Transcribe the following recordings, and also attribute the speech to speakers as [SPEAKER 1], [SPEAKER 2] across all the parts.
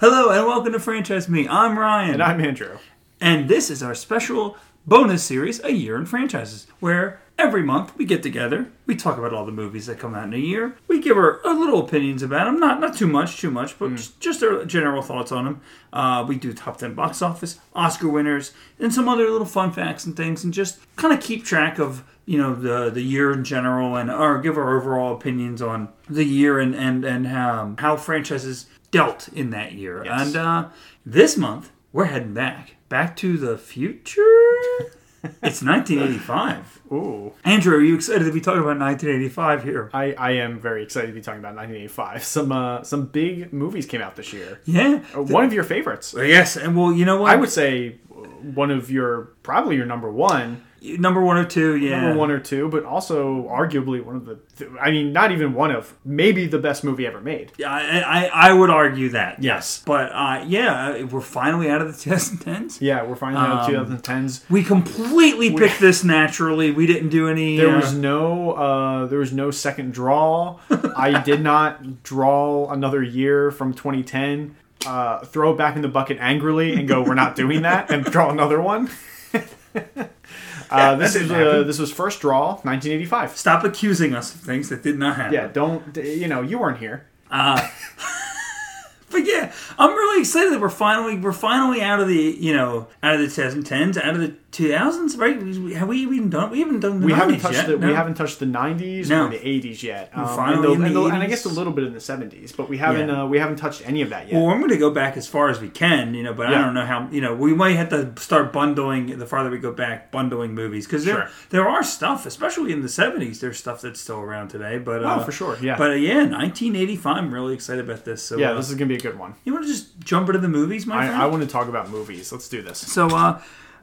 [SPEAKER 1] Hello and welcome to Franchise Me. I'm Ryan.
[SPEAKER 2] And I'm Andrew.
[SPEAKER 1] And this is our special bonus series, A Year in Franchises, where every month we get together, we talk about all the movies that come out in a year, we give our, our little opinions about them, not, not too much, too much,
[SPEAKER 2] Hmm.
[SPEAKER 1] but just, just our general thoughts on them. Uh, we do top 10 box office, Oscar winners, and some other little fun facts and things, and just kind of keep track of you know the the year in general and or give our overall opinions on the year and and and um, how franchises dealt in that year
[SPEAKER 2] Yes.
[SPEAKER 1] and uh, this month we're heading back back to the future it's 1985.
[SPEAKER 2] Ooh.
[SPEAKER 1] Andrew, are you excited to be talking about 1985 here?
[SPEAKER 2] I, I am very excited to be talking about 1985. Some uh, some big movies came out this year.
[SPEAKER 1] Yeah.
[SPEAKER 2] Uh, One of your favorites.
[SPEAKER 1] Oh, Yes, and well, you know what?
[SPEAKER 2] I would say uh, one of your probably your number one,
[SPEAKER 1] number one or two. Yeah.
[SPEAKER 2] number one or two, but also arguably one of the. Th- I mean, not even one of maybe the best movie ever made.
[SPEAKER 1] Yeah, I, I, I would argue that.
[SPEAKER 2] Yes.
[SPEAKER 1] But uh, yeah, we're finally out of the 2010s.
[SPEAKER 2] Yeah, we're finally
[SPEAKER 1] Um,
[SPEAKER 2] out of 2010s.
[SPEAKER 1] We completely picked this naturally. We didn't do any.
[SPEAKER 2] There
[SPEAKER 1] uh,
[SPEAKER 2] was no uh, there was no second draw. I did not draw another year from 2010. Uh, throw it back in the bucket angrily and go, "We're not doing that," and draw another one. uh, this
[SPEAKER 1] that
[SPEAKER 2] is
[SPEAKER 1] didn't
[SPEAKER 2] uh,
[SPEAKER 1] happen.
[SPEAKER 2] this was first draw, 1985.
[SPEAKER 1] Stop accusing us of things that did not happen.
[SPEAKER 2] Yeah, don't d- you know you weren't here.
[SPEAKER 1] But yeah, I'm really excited that we're finally we're finally out of the you know out of the 2010s, out of the 2000s, right? We- Have we even done? We haven't done. The
[SPEAKER 2] We
[SPEAKER 1] 90s
[SPEAKER 2] haven't touched
[SPEAKER 1] yet,
[SPEAKER 2] the
[SPEAKER 1] no?
[SPEAKER 2] we haven't touched the 90s
[SPEAKER 1] No.
[SPEAKER 2] or the 80s yet. Um, and,
[SPEAKER 1] finally
[SPEAKER 2] the-
[SPEAKER 1] in the
[SPEAKER 2] and the- and I
[SPEAKER 1] 80s.
[SPEAKER 2] guess a little bit in the 70s, but we haven't
[SPEAKER 1] Yeah.
[SPEAKER 2] uh, we haven't touched any of that yet.
[SPEAKER 1] Well, I'm going to go back as far as we can, you know, but I
[SPEAKER 2] Yeah.
[SPEAKER 1] don't know how, you know, we might have to start bundling the farther we go back, bundling movies because there
[SPEAKER 2] Sure.
[SPEAKER 1] there are stuff, especially in the 70s, there's stuff that's still around today. But
[SPEAKER 2] Oh,
[SPEAKER 1] uh,
[SPEAKER 2] for sure, yeah.
[SPEAKER 1] But uh, yeah, 1985. I'm really excited about this. So
[SPEAKER 2] yeah,
[SPEAKER 1] uh,
[SPEAKER 2] this is gonna be a good one.
[SPEAKER 1] you want to just jump into the movies, my
[SPEAKER 2] I,
[SPEAKER 1] friend?
[SPEAKER 2] I want to talk about movies. Let's do this.
[SPEAKER 1] So, uh,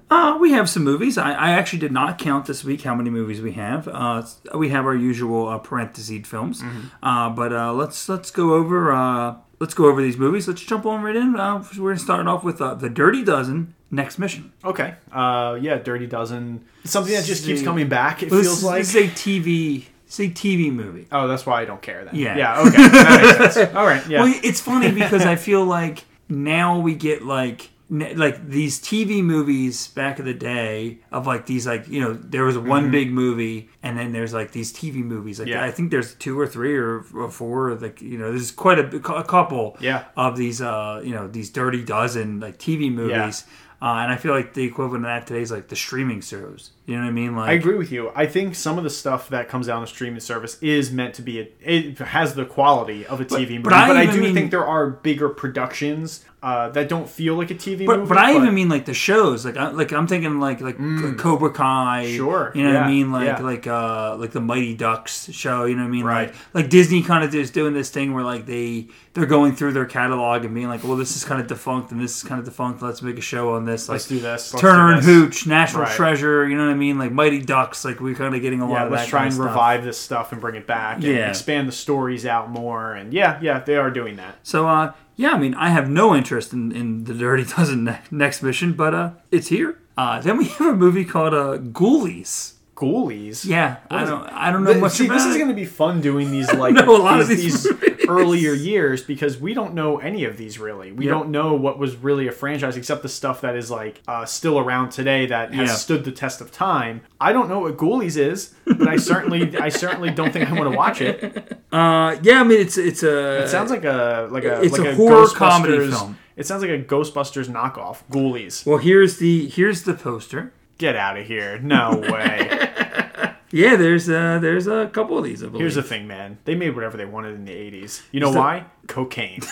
[SPEAKER 1] uh, we have some movies. I, I actually did not count this week how many movies we have. Uh, we have our usual uh, parentheses films,
[SPEAKER 2] Mm-hmm.
[SPEAKER 1] uh, but uh, let's let's go over uh, let's go over these movies. Let's jump on right in. Uh, we're gonna start off with uh, the Dirty Dozen. Next mission.
[SPEAKER 2] Okay. Uh, yeah, Dirty Dozen. Something that just keeps
[SPEAKER 1] See.
[SPEAKER 2] coming back. It
[SPEAKER 1] This,
[SPEAKER 2] feels
[SPEAKER 1] is-
[SPEAKER 2] like.
[SPEAKER 1] this is a TV. This is a TV movie.
[SPEAKER 2] oh, that's why I don't care then.
[SPEAKER 1] Yeah.
[SPEAKER 2] Yeah. Okay. That makes sense. All right. Yeah.
[SPEAKER 1] Well, it's funny because I feel like now we get like n- like these TV movies back in the day of like these like you know there was one big movie and then there's like these TV movies like
[SPEAKER 2] Mm-hmm. Yeah.
[SPEAKER 1] I think there's two or three or, or four or, like you know there's quite a, a couple
[SPEAKER 2] Yeah.
[SPEAKER 1] of these uh you know these dirty dozen like TV movies uh, and I feel like the equivalent of that today is like the streaming shows you know what I mean like
[SPEAKER 2] I agree with you. I think some of the stuff that comes out on the streaming service is meant to be a, it has the quality of a TV movie,
[SPEAKER 1] but
[SPEAKER 2] but
[SPEAKER 1] I
[SPEAKER 2] I,
[SPEAKER 1] even
[SPEAKER 2] do
[SPEAKER 1] mean-
[SPEAKER 2] think there are bigger productions uh, that don't feel like a TV
[SPEAKER 1] But,
[SPEAKER 2] movie.
[SPEAKER 1] but I even mean like the shows, like I, like I'm thinking like like Cobra Kai,
[SPEAKER 2] Mm. Sure,
[SPEAKER 1] You know what I
[SPEAKER 2] yeah,
[SPEAKER 1] mean, like
[SPEAKER 2] yeah.
[SPEAKER 1] like uh like the Mighty Ducks show. You know what I mean,
[SPEAKER 2] Right.
[SPEAKER 1] Like, like Disney kind of is doing this thing where like they they're going through their catalog and being like, well, this is kind of defunct and this is kind of defunct. Let's make a show on this. Like
[SPEAKER 2] let's do this. Let's
[SPEAKER 1] Turner
[SPEAKER 2] do
[SPEAKER 1] and
[SPEAKER 2] this.
[SPEAKER 1] Hooch, National
[SPEAKER 2] Right.
[SPEAKER 1] Treasure. You know what I mean, like Mighty Ducks. Like we're kind of getting a lot
[SPEAKER 2] Yeah,
[SPEAKER 1] of
[SPEAKER 2] let's
[SPEAKER 1] that
[SPEAKER 2] try
[SPEAKER 1] kind
[SPEAKER 2] and
[SPEAKER 1] of stuff.
[SPEAKER 2] revive this stuff and bring it back and
[SPEAKER 1] Yeah.
[SPEAKER 2] expand the stories out more. And yeah, yeah, they are doing that.
[SPEAKER 1] So uh yeah, I mean I have no interest in, in the Dirty Dozen ne- next mission, but uh it's here. Uh, then we have a movie called uh, Ghoulies.
[SPEAKER 2] Ghoulies.
[SPEAKER 1] Yeah, I don't. I don't know
[SPEAKER 2] Th-
[SPEAKER 1] much
[SPEAKER 2] See,
[SPEAKER 1] about
[SPEAKER 2] this is
[SPEAKER 1] it.
[SPEAKER 2] going to be fun doing these like
[SPEAKER 1] know a lot of
[SPEAKER 2] these,
[SPEAKER 1] these movies.
[SPEAKER 2] these earlier years because we don't know any of these really. We
[SPEAKER 1] Yep.
[SPEAKER 2] don't know what was really a franchise except the stuff that is like uh, still around today that has
[SPEAKER 1] Yeah.
[SPEAKER 2] stood the test of time. I don't know what Ghoulies is, but I certainly I certainly don't think I want to watch it.
[SPEAKER 1] uh, yeah, I mean it's it's uh, a.
[SPEAKER 2] It sounds like a like a
[SPEAKER 1] It's
[SPEAKER 2] like
[SPEAKER 1] a horror
[SPEAKER 2] Ghostbusters-
[SPEAKER 1] comedy film.
[SPEAKER 2] It sounds like a Ghostbusters knockoff. Ghoulies.
[SPEAKER 1] well, here's the here's the poster.
[SPEAKER 2] Get out of here. No way.
[SPEAKER 1] Yeah, there's uh there's a couple of these. I believe.
[SPEAKER 2] Here's the thing, man. They made whatever they wanted in the 80s. You know
[SPEAKER 1] the-
[SPEAKER 2] why? Cocaine.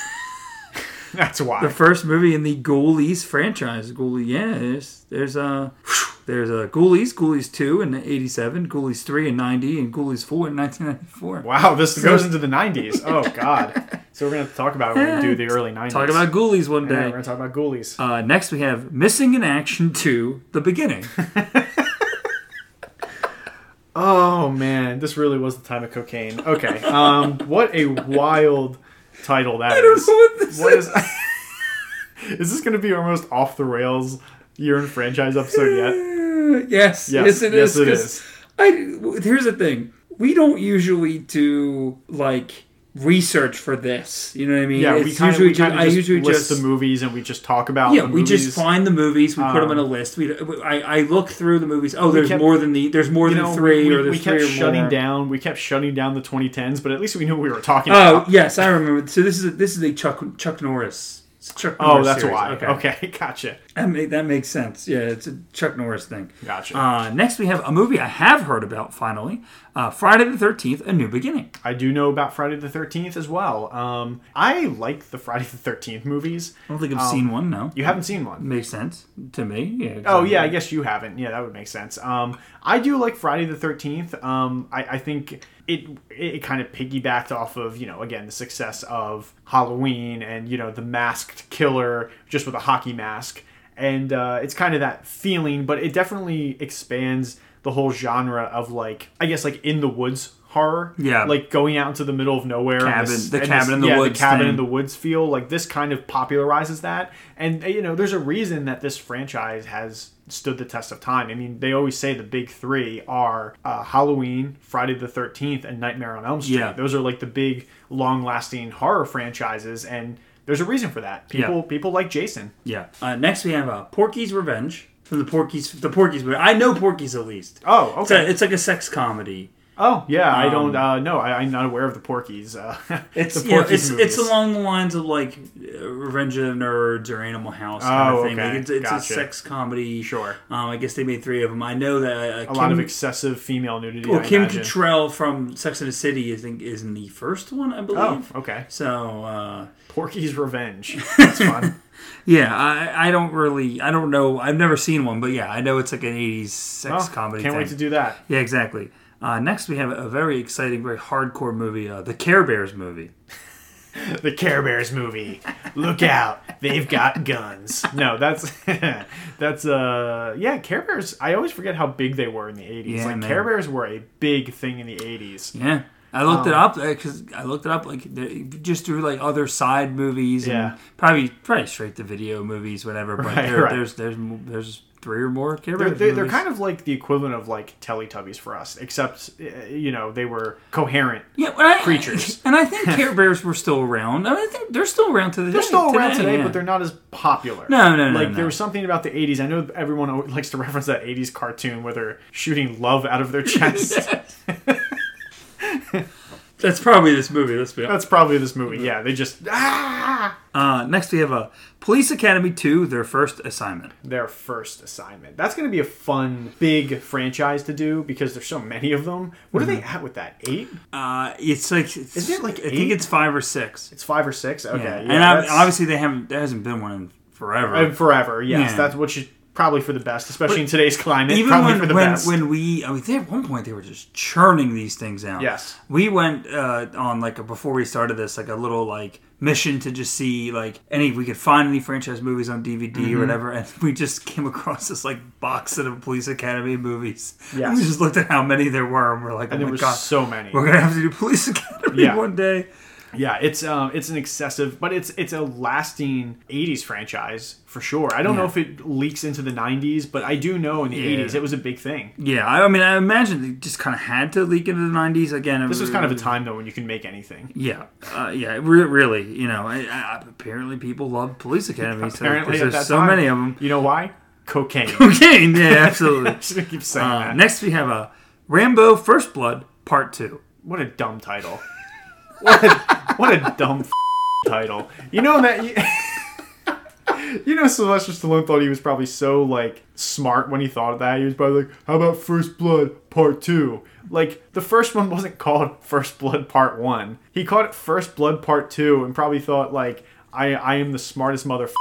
[SPEAKER 2] That's why.
[SPEAKER 1] the first movie in the Ghoulies franchise. Ghoulies, yeah. There's there's a there's a Ghoulies, Ghoulies two in '87, Ghoulies three in '90, and Ghoulies four in 1994.
[SPEAKER 2] Wow, this goes into the 90s. Oh, God. So we're going to have to talk about it when we do the early 90s.
[SPEAKER 1] Talk about Ghoulies one
[SPEAKER 2] yeah,
[SPEAKER 1] day.
[SPEAKER 2] We're going to talk about ghoulies.
[SPEAKER 1] Uh, next, we have Missing in Action two, The Beginning.
[SPEAKER 2] Oh, man. This really was the time of cocaine. Okay. Um, what a wild title that is.
[SPEAKER 1] I don't know what this
[SPEAKER 2] What
[SPEAKER 1] is.
[SPEAKER 2] is... is this going to be our most off the rails year in franchise episode yet?
[SPEAKER 1] Uh, yes, yes,
[SPEAKER 2] Yes,
[SPEAKER 1] it
[SPEAKER 2] yes,
[SPEAKER 1] is.
[SPEAKER 2] it
[SPEAKER 1] 'cause
[SPEAKER 2] is.
[SPEAKER 1] I w- here's the thing: we don't usually do like research for this. You know what I mean?
[SPEAKER 2] Yeah,
[SPEAKER 1] it's
[SPEAKER 2] we kind of
[SPEAKER 1] usually
[SPEAKER 2] we kind
[SPEAKER 1] I
[SPEAKER 2] of just
[SPEAKER 1] usually
[SPEAKER 2] list
[SPEAKER 1] just
[SPEAKER 2] the movies and we just talk about.
[SPEAKER 1] yeah,
[SPEAKER 2] the
[SPEAKER 1] we just
[SPEAKER 2] movies. Um,
[SPEAKER 1] find the movies, we put them in a list. We I, I look through the movies. Oh, there's
[SPEAKER 2] kept-
[SPEAKER 1] more than the there's more
[SPEAKER 2] You
[SPEAKER 1] than
[SPEAKER 2] know,
[SPEAKER 1] three
[SPEAKER 2] we,
[SPEAKER 1] or there's
[SPEAKER 2] we kept
[SPEAKER 1] three or
[SPEAKER 2] shutting
[SPEAKER 1] more.
[SPEAKER 2] down. We kept shutting down the 2010s, but at least we knew what we were talking
[SPEAKER 1] Oh
[SPEAKER 2] about.
[SPEAKER 1] yes, I remember. So this is a, this is a Chuck Chuck Norris. It's a Chuck
[SPEAKER 2] Oh,
[SPEAKER 1] Norris
[SPEAKER 2] that's
[SPEAKER 1] series.
[SPEAKER 2] why. Okay. gotcha,
[SPEAKER 1] That, make, that makes sense. Yeah, it's a Chuck Norris thing.
[SPEAKER 2] gotcha.
[SPEAKER 1] Uh, next, we have a movie I have heard about finally uh, Friday the 13th, A New Beginning.
[SPEAKER 2] I do know about Friday the 13th as well. Um, I like the Friday the 13th movies.
[SPEAKER 1] I don't think I've seen one, no.
[SPEAKER 2] You haven't seen one.
[SPEAKER 1] Makes sense to me. Yeah,
[SPEAKER 2] Oh yeah, I guess you haven't. Yeah, that would make sense. Um, I do like Friday the Thirteenth. Um, I, I think it it kind of piggybacked off of you know again the success of Halloween and you know the masked killer just with a hockey mask, and uh, it's kind of that feeling, but it definitely expands the whole genre of like I guess like in the woods horror.
[SPEAKER 1] Yeah.
[SPEAKER 2] like going out into the middle of nowhere. and
[SPEAKER 1] Cabin-
[SPEAKER 2] this-
[SPEAKER 1] the
[SPEAKER 2] and
[SPEAKER 1] cabin
[SPEAKER 2] this-
[SPEAKER 1] in the
[SPEAKER 2] yeah,
[SPEAKER 1] woods
[SPEAKER 2] The cabin
[SPEAKER 1] thing.
[SPEAKER 2] in the woods feel like this kind of popularizes that and uh, you know there's a reason that this franchise has stood the test of time i mean they always say the big three are uh, halloween friday the 13th and nightmare on elm street
[SPEAKER 1] Yeah.
[SPEAKER 2] those are like the big long lasting horror franchises and there's a reason for that people
[SPEAKER 1] Yeah.
[SPEAKER 2] people like jason
[SPEAKER 1] Yeah. Uh, next, we have uh, Porky's Revenge from the Porky's the Porky's movie. I know Porky's at least.
[SPEAKER 2] oh
[SPEAKER 1] It's,
[SPEAKER 2] okay
[SPEAKER 1] a, it's like a sex comedy.
[SPEAKER 2] oh yeah i don't
[SPEAKER 1] Um,
[SPEAKER 2] uh no I, i'm not aware of the porkies uh
[SPEAKER 1] It's
[SPEAKER 2] the
[SPEAKER 1] you know, it's,
[SPEAKER 2] movies.
[SPEAKER 1] it's along the lines of like uh, Revenge of the Nerds or Animal House kind
[SPEAKER 2] Oh,
[SPEAKER 1] of thing.
[SPEAKER 2] okay.
[SPEAKER 1] Like, it's it's
[SPEAKER 2] Gotcha.
[SPEAKER 1] a sex comedy.
[SPEAKER 2] Sure.
[SPEAKER 1] Um, I guess they made three of them. I know that uh,
[SPEAKER 2] a lot of excessive female nudity
[SPEAKER 1] Well,
[SPEAKER 2] I
[SPEAKER 1] Kim
[SPEAKER 2] imagine.
[SPEAKER 1] Cattrall from Sex and the City, I think, is in the first one, I
[SPEAKER 2] oh
[SPEAKER 1] believe.
[SPEAKER 2] okay
[SPEAKER 1] So uh,
[SPEAKER 2] porky's revenge that's fun
[SPEAKER 1] yeah, I, I don't really, I don't know, I've never seen one, but yeah, I know it's like an '80s sex
[SPEAKER 2] Oh,
[SPEAKER 1] comedy.
[SPEAKER 2] Can't
[SPEAKER 1] thing.
[SPEAKER 2] wait to do that.
[SPEAKER 1] Yeah, exactly. Uh, next, we have a very exciting, very hardcore movie, uh, the Care Bears movie.
[SPEAKER 2] The Care Bears movie. Look out, they've got guns. No, that's that's uh yeah, Care Bears. I always forget how big they were in the eighties.
[SPEAKER 1] Yeah,
[SPEAKER 2] like
[SPEAKER 1] man.
[SPEAKER 2] Care Bears were a big thing in the eighties.
[SPEAKER 1] Yeah, I looked
[SPEAKER 2] Oh.
[SPEAKER 1] it up because I looked it up like the- just through like other side movies
[SPEAKER 2] Yeah.
[SPEAKER 1] and probably probably straight to video movies, whatever. But
[SPEAKER 2] Right,
[SPEAKER 1] there,
[SPEAKER 2] right.
[SPEAKER 1] there's there's m- there's three or more Care
[SPEAKER 2] They're,
[SPEAKER 1] Bears.
[SPEAKER 2] they're, they're
[SPEAKER 1] movies.
[SPEAKER 2] kind of like the equivalent of like Teletubbies for us, except uh, you know they were coherent.
[SPEAKER 1] yeah, but I-
[SPEAKER 2] creatures.
[SPEAKER 1] and I think Care Bears were still around. I, mean, I think they're still around to the
[SPEAKER 2] They're still around today,
[SPEAKER 1] yeah.
[SPEAKER 2] but they're not as popular.
[SPEAKER 1] No, no, no,
[SPEAKER 2] Like
[SPEAKER 1] no.
[SPEAKER 2] there was something about the '80s. I know everyone always likes to reference that '80s cartoon where they're shooting love out of their chest.
[SPEAKER 1] that's probably this movie. Let's be honest.
[SPEAKER 2] That's probably this movie. Yeah, they just ah.
[SPEAKER 1] Uh, next, we have a Police Academy Two: Their First Assignment.
[SPEAKER 2] their first assignment. That's going to be a fun big franchise to do because there's so many of them. What are they
[SPEAKER 1] Mm-hmm.
[SPEAKER 2] at with that? Eight?
[SPEAKER 1] Uh, it's like it's,
[SPEAKER 2] Isn't it like
[SPEAKER 1] I think
[SPEAKER 2] eight?
[SPEAKER 1] it's five or six.
[SPEAKER 2] It's five or six. Okay, yeah,
[SPEAKER 1] and I,
[SPEAKER 2] that's-
[SPEAKER 1] obviously they haven't. There hasn't been one in forever.
[SPEAKER 2] uh, forever. Yes,
[SPEAKER 1] Yeah.
[SPEAKER 2] that's what you probably for the best, especially in today's climate.
[SPEAKER 1] Even
[SPEAKER 2] probably
[SPEAKER 1] when
[SPEAKER 2] for the
[SPEAKER 1] when,
[SPEAKER 2] best.
[SPEAKER 1] when we, I mean, they, at one point they were just churning these things out.
[SPEAKER 2] Yes.
[SPEAKER 1] we went uh, on like a, before we started this, like a little like mission to just see like any we could find any franchise movies on DVD
[SPEAKER 2] Mm-hmm.
[SPEAKER 1] or whatever, and we just came across this like box set of Police Academy movies.
[SPEAKER 2] Yes.
[SPEAKER 1] And we just looked at how many there were, and we're like,
[SPEAKER 2] and
[SPEAKER 1] oh
[SPEAKER 2] there
[SPEAKER 1] my
[SPEAKER 2] were
[SPEAKER 1] god,
[SPEAKER 2] so many.
[SPEAKER 1] we're gonna have to do Police Academy
[SPEAKER 2] Yeah.
[SPEAKER 1] one day.
[SPEAKER 2] Yeah, it's um, it's an excessive, but it's it's a lasting '80s franchise for sure. I don't know
[SPEAKER 1] Yeah.
[SPEAKER 2] if it leaks into the '90s, but I do know in the
[SPEAKER 1] Yeah.
[SPEAKER 2] '80s it was a big thing.
[SPEAKER 1] Yeah, I, I mean, I imagine they just kind of had to leak into the '90s again.
[SPEAKER 2] This was kind
[SPEAKER 1] Mm.
[SPEAKER 2] of a time though when you can make anything.
[SPEAKER 1] Yeah, uh, yeah, re- really. You know, I, I, apparently people love police academies.
[SPEAKER 2] Apparently,
[SPEAKER 1] so
[SPEAKER 2] at that
[SPEAKER 1] there's so
[SPEAKER 2] time,
[SPEAKER 1] many of them.
[SPEAKER 2] You know why? Cocaine.
[SPEAKER 1] Cocaine, yeah, absolutely.
[SPEAKER 2] just gonna keep saying
[SPEAKER 1] uh,
[SPEAKER 2] that.
[SPEAKER 1] next, we have a Rambo: First Blood Part Two.
[SPEAKER 2] What a dumb title. What a, what a dumb f- title. You know that. You, you know Sylvester Stallone thought he was probably so like smart when he thought of that. He was probably like, "How about First Blood Part 2? Like the first one wasn't called First Blood Part One. He called it First Blood Part Two, and probably thought like, "I I am the smartest mother."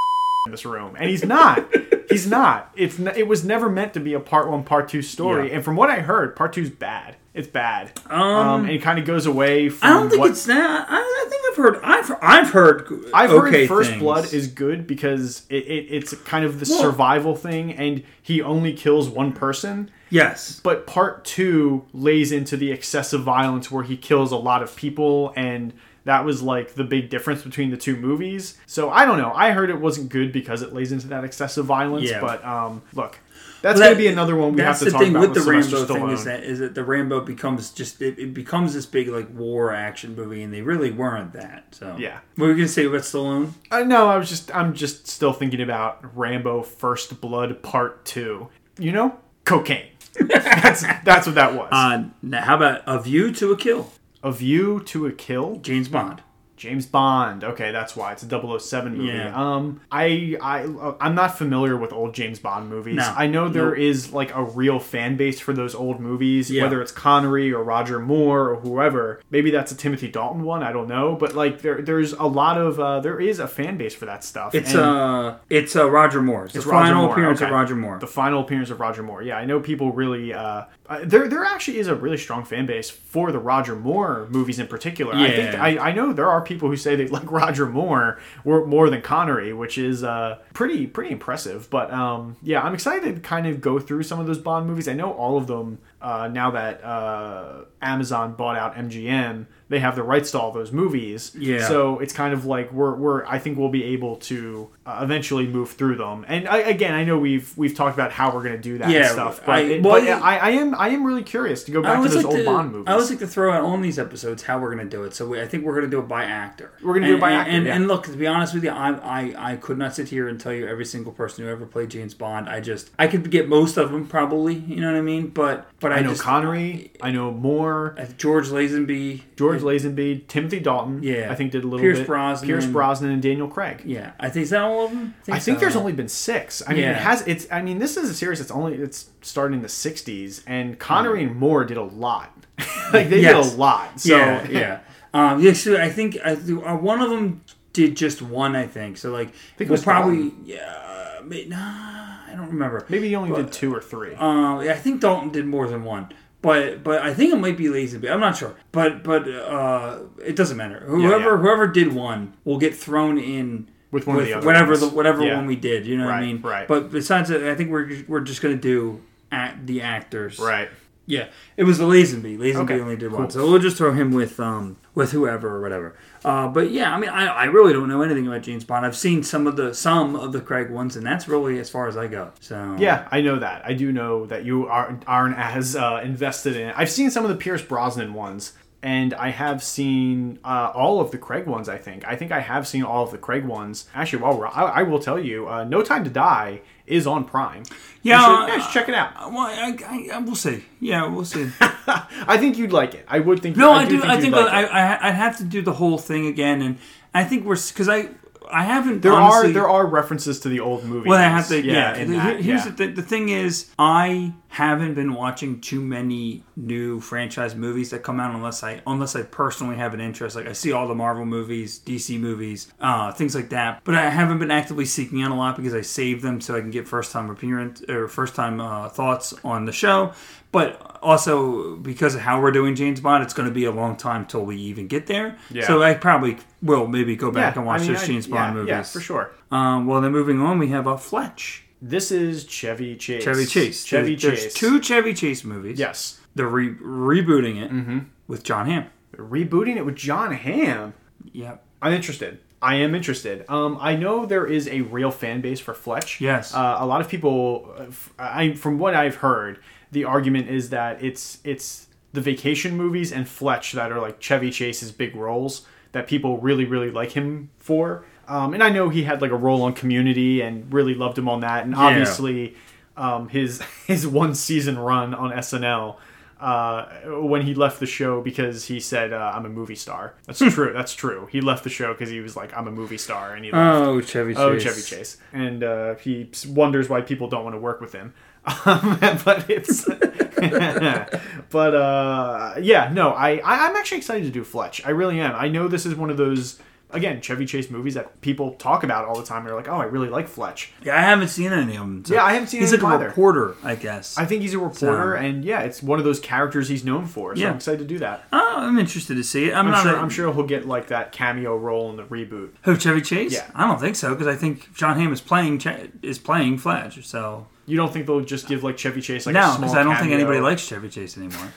[SPEAKER 2] in this room, and he's not. he's not. It's n- it was never meant to be a part one, part two story.
[SPEAKER 1] Yeah.
[SPEAKER 2] And from what I heard, part two's bad. It's bad. Um, and it kind of goes away from.
[SPEAKER 1] I don't think
[SPEAKER 2] what,
[SPEAKER 1] it's that. I, I think I've heard. I've I've heard.
[SPEAKER 2] I've heard
[SPEAKER 1] okay
[SPEAKER 2] First
[SPEAKER 1] things.
[SPEAKER 2] Blood is good because it, it, it's kind of the
[SPEAKER 1] Well-
[SPEAKER 2] survival thing, and he only kills one person.
[SPEAKER 1] yes.
[SPEAKER 2] But part two lays into the excessive violence where he kills a lot of people, and That was like the big difference between the two movies. So I don't know. I heard it wasn't good because it lays into that excessive violence.
[SPEAKER 1] Yeah.
[SPEAKER 2] But um, look, that's
[SPEAKER 1] Well, that-
[SPEAKER 2] gonna be another one we have
[SPEAKER 1] That's
[SPEAKER 2] to
[SPEAKER 1] the
[SPEAKER 2] talk
[SPEAKER 1] thing
[SPEAKER 2] about
[SPEAKER 1] with
[SPEAKER 2] with,
[SPEAKER 1] the
[SPEAKER 2] Sylvester
[SPEAKER 1] Rambo thing
[SPEAKER 2] Stallone.
[SPEAKER 1] is that is that the Rambo becomes just it, it becomes this big like war action movie, and they really weren't that. So
[SPEAKER 2] Yeah.
[SPEAKER 1] what were you gonna say about Stallone?
[SPEAKER 2] Uh, no, I was just I'm just still thinking about Rambo First Blood Part Two. You know, cocaine. that's that's what that was.
[SPEAKER 1] Uh, now how about A View to a Kill?
[SPEAKER 2] a View to a Kill.
[SPEAKER 1] James Bond.
[SPEAKER 2] James Bond. Okay, that's why it's a 007 movie.
[SPEAKER 1] Yeah.
[SPEAKER 2] Um, I I I'm not familiar with old James Bond movies.
[SPEAKER 1] No.
[SPEAKER 2] I know there
[SPEAKER 1] Nope.
[SPEAKER 2] is like a real fan base for those old movies,
[SPEAKER 1] Yeah.
[SPEAKER 2] whether it's Connery or Roger Moore or whoever. Maybe that's a Timothy Dalton one. I don't know, but like there there's a lot of uh, there is a fan base for that stuff.
[SPEAKER 1] It's
[SPEAKER 2] And
[SPEAKER 1] uh it's uh, Roger Moore. It's, the
[SPEAKER 2] Roger
[SPEAKER 1] final
[SPEAKER 2] Moore,
[SPEAKER 1] appearance
[SPEAKER 2] okay.
[SPEAKER 1] of Roger Moore.
[SPEAKER 2] the final appearance of Roger Moore. Yeah, I know people really. Uh, uh, there, there actually is a really strong fan base for the Roger Moore movies in particular. I think
[SPEAKER 1] Yeah.
[SPEAKER 2] I, I know there are people who say they like Roger Moore or more than Connery, which is uh, pretty pretty impressive. But um, yeah, I'm excited to kind of go through some of those Bond movies. I know all of them uh, now that uh, Amazon bought out MGM. They have the rights to all those movies.
[SPEAKER 1] Yeah.
[SPEAKER 2] So so it's kind of like we're, we're I think we'll be able to uh, eventually move through them. And I, again, I know we've we've talked about how we're gonna do that and
[SPEAKER 1] Yeah,
[SPEAKER 2] stuff, but,
[SPEAKER 1] I-
[SPEAKER 2] it-
[SPEAKER 1] well,
[SPEAKER 2] but I, I am I am really curious to go
[SPEAKER 1] I
[SPEAKER 2] back to
[SPEAKER 1] always,
[SPEAKER 2] those
[SPEAKER 1] like
[SPEAKER 2] old
[SPEAKER 1] to,
[SPEAKER 2] Bond movies.
[SPEAKER 1] I always like to throw out on these episodes how we're going to do it. So we, I think we're going to do it by actor.
[SPEAKER 2] We're gonna do it
[SPEAKER 1] And-
[SPEAKER 2] by
[SPEAKER 1] and,
[SPEAKER 2] actor,
[SPEAKER 1] And,
[SPEAKER 2] yeah.
[SPEAKER 1] and look, to be honest with you, I, I I could not sit here and tell you every single person who ever played James Bond. I just I could get most of them probably. You know what I mean? But but I,
[SPEAKER 2] I know
[SPEAKER 1] just,
[SPEAKER 2] Connery, I know Moore,
[SPEAKER 1] George Lazenby.
[SPEAKER 2] George Lazenby, Timothy Dalton.
[SPEAKER 1] Yeah.
[SPEAKER 2] I think did a little
[SPEAKER 1] Pierce
[SPEAKER 2] bit.
[SPEAKER 1] Brosnan.
[SPEAKER 2] Pierce Brosnan, and Daniel Craig.
[SPEAKER 1] Yeah, I think is that all of them.
[SPEAKER 2] I think
[SPEAKER 1] so.
[SPEAKER 2] there's only been six. I mean,
[SPEAKER 1] Yeah.
[SPEAKER 2] it has. It's. I mean, this is a series that's only. It's started in the '60s, and Connery and Moore did a lot. like they
[SPEAKER 1] Yes.
[SPEAKER 2] did a lot. So
[SPEAKER 1] yeah, yeah. Um, yeah, so I think I, th- uh, one of them did just one. I think so. Like,
[SPEAKER 2] it
[SPEAKER 1] we'll
[SPEAKER 2] was
[SPEAKER 1] probably yeah. uh, may- Nah, I don't remember.
[SPEAKER 2] maybe he only did two or three.
[SPEAKER 1] Um, I think Dalton did more than one, but but I think it might be Lazenby. I'm not sure, but but uh, it doesn't matter. Whoever
[SPEAKER 2] yeah.
[SPEAKER 1] whoever did one will get thrown in
[SPEAKER 2] With one of the other
[SPEAKER 1] whatever
[SPEAKER 2] ones.
[SPEAKER 1] the whatever
[SPEAKER 2] Yeah.
[SPEAKER 1] one we did. You know what I
[SPEAKER 2] Right,
[SPEAKER 1] mean?
[SPEAKER 2] right.
[SPEAKER 1] But besides that, I think we're we're just gonna do at the actors.
[SPEAKER 2] right.
[SPEAKER 1] Yeah, it was the Lazenby. Lazenby
[SPEAKER 2] Okay,
[SPEAKER 1] only did
[SPEAKER 2] cool.
[SPEAKER 1] one, so we'll just throw him with um with whoever or whatever. Uh, but yeah, I mean, I, I really don't know anything about James Bond. I've seen some of the some of the Craig ones, and that's really as far as I go. So
[SPEAKER 2] Yeah, I know that. I do know that you are, aren't as uh, invested in it. I've seen some of the Pierce Brosnan ones, and I have seen uh, all of the Craig ones, I think. I think I have seen all of the Craig ones. Actually, while we're, I, I will tell you, uh, No Time to Die is on Prime. You
[SPEAKER 1] Yeah, uh,
[SPEAKER 2] should- you should check it out.
[SPEAKER 1] Well, I, I, I we'll see. Yeah, we'll see.
[SPEAKER 2] I think you'd like it. I would think
[SPEAKER 1] No, I, do.
[SPEAKER 2] Think
[SPEAKER 1] I
[SPEAKER 2] you'd
[SPEAKER 1] think uh,
[SPEAKER 2] like
[SPEAKER 1] I,
[SPEAKER 2] it.
[SPEAKER 1] I I have to do the whole thing again, and I think we're because I I haven't.
[SPEAKER 2] There
[SPEAKER 1] honestly,
[SPEAKER 2] are there are references to the old movies.
[SPEAKER 1] Well, I have to. Yeah.
[SPEAKER 2] in
[SPEAKER 1] the-
[SPEAKER 2] that,
[SPEAKER 1] here's
[SPEAKER 2] yeah.
[SPEAKER 1] the thing. The thing is, I haven't been watching too many new franchise movies that come out unless I unless I personally have an interest. Like I see all the Marvel movies, DC movies, uh, things like that. But I haven't been actively seeking out a lot because I save them so I can get first time appearance or first time uh, thoughts on the show. But also because of how we're doing James Bond, it's going to be a long time till we even get there.
[SPEAKER 2] Yeah.
[SPEAKER 1] So I probably will maybe go
[SPEAKER 2] Yeah,
[SPEAKER 1] back and watch
[SPEAKER 2] I mean,
[SPEAKER 1] those
[SPEAKER 2] I-
[SPEAKER 1] James
[SPEAKER 2] yeah,
[SPEAKER 1] Bond movies.
[SPEAKER 2] Yeah, for sure.
[SPEAKER 1] Um, well, then moving on, we have a Fletch.
[SPEAKER 2] This is Chevy Chase.
[SPEAKER 1] Chevy Chase.
[SPEAKER 2] Chevy
[SPEAKER 1] There's- there's
[SPEAKER 2] Chase.
[SPEAKER 1] two Chevy Chase movies.
[SPEAKER 2] Yes.
[SPEAKER 1] They're re- rebooting it
[SPEAKER 2] Mm-hmm.
[SPEAKER 1] with John Hamm.
[SPEAKER 2] Rebooting it with John Hamm.
[SPEAKER 1] Yep.
[SPEAKER 2] I'm interested. I am interested. Um, I know there is a real fan base for Fletch.
[SPEAKER 1] Yes.
[SPEAKER 2] Uh, a lot of people, uh, f- I, from what I've heard, the argument is that it's it's the vacation movies and Fletch that are like Chevy Chase's big roles that people really really like him for. Um, and I know he had like a role on Community and really loved him on that. And obviously, um, his his one season run on SNL uh, when he left the show because he said uh, I'm a movie star. That's true. That's true. He left the show because he was like I'm a movie star, and he left.
[SPEAKER 1] Oh, Chevy Chase.
[SPEAKER 2] Oh, Chevy Chase, and uh, he s- wonders why people don't want to work with him. Um, but it's, but uh, yeah, no, I, I I'm actually excited to do Fletch. I really am. I know this is one of those again Chevy Chase movies that people talk about all the time. They're like, oh, I really like Fletch.
[SPEAKER 1] Yeah, I haven't seen any of them. so-
[SPEAKER 2] Yeah, I haven't seen
[SPEAKER 1] He's
[SPEAKER 2] any
[SPEAKER 1] like a
[SPEAKER 2] either.
[SPEAKER 1] reporter, I guess.
[SPEAKER 2] I think he's a reporter, and yeah, it's one of those characters he's known for. So
[SPEAKER 1] Yeah.
[SPEAKER 2] I'm excited to do that.
[SPEAKER 1] oh, I'm interested to see it. I'm,
[SPEAKER 2] I'm
[SPEAKER 1] not.
[SPEAKER 2] sure,
[SPEAKER 1] a-
[SPEAKER 2] I'm sure he'll get like that cameo role in the reboot.
[SPEAKER 1] Who Chevy Chase?
[SPEAKER 2] Yeah.
[SPEAKER 1] I don't think so because I think John Hamm is playing Che- is playing Fletch. So
[SPEAKER 2] You don't think they'll just give like Chevy Chase like a
[SPEAKER 1] no,
[SPEAKER 2] small
[SPEAKER 1] because I don't think
[SPEAKER 2] cameo?
[SPEAKER 1] anybody likes Chevy Chase anymore.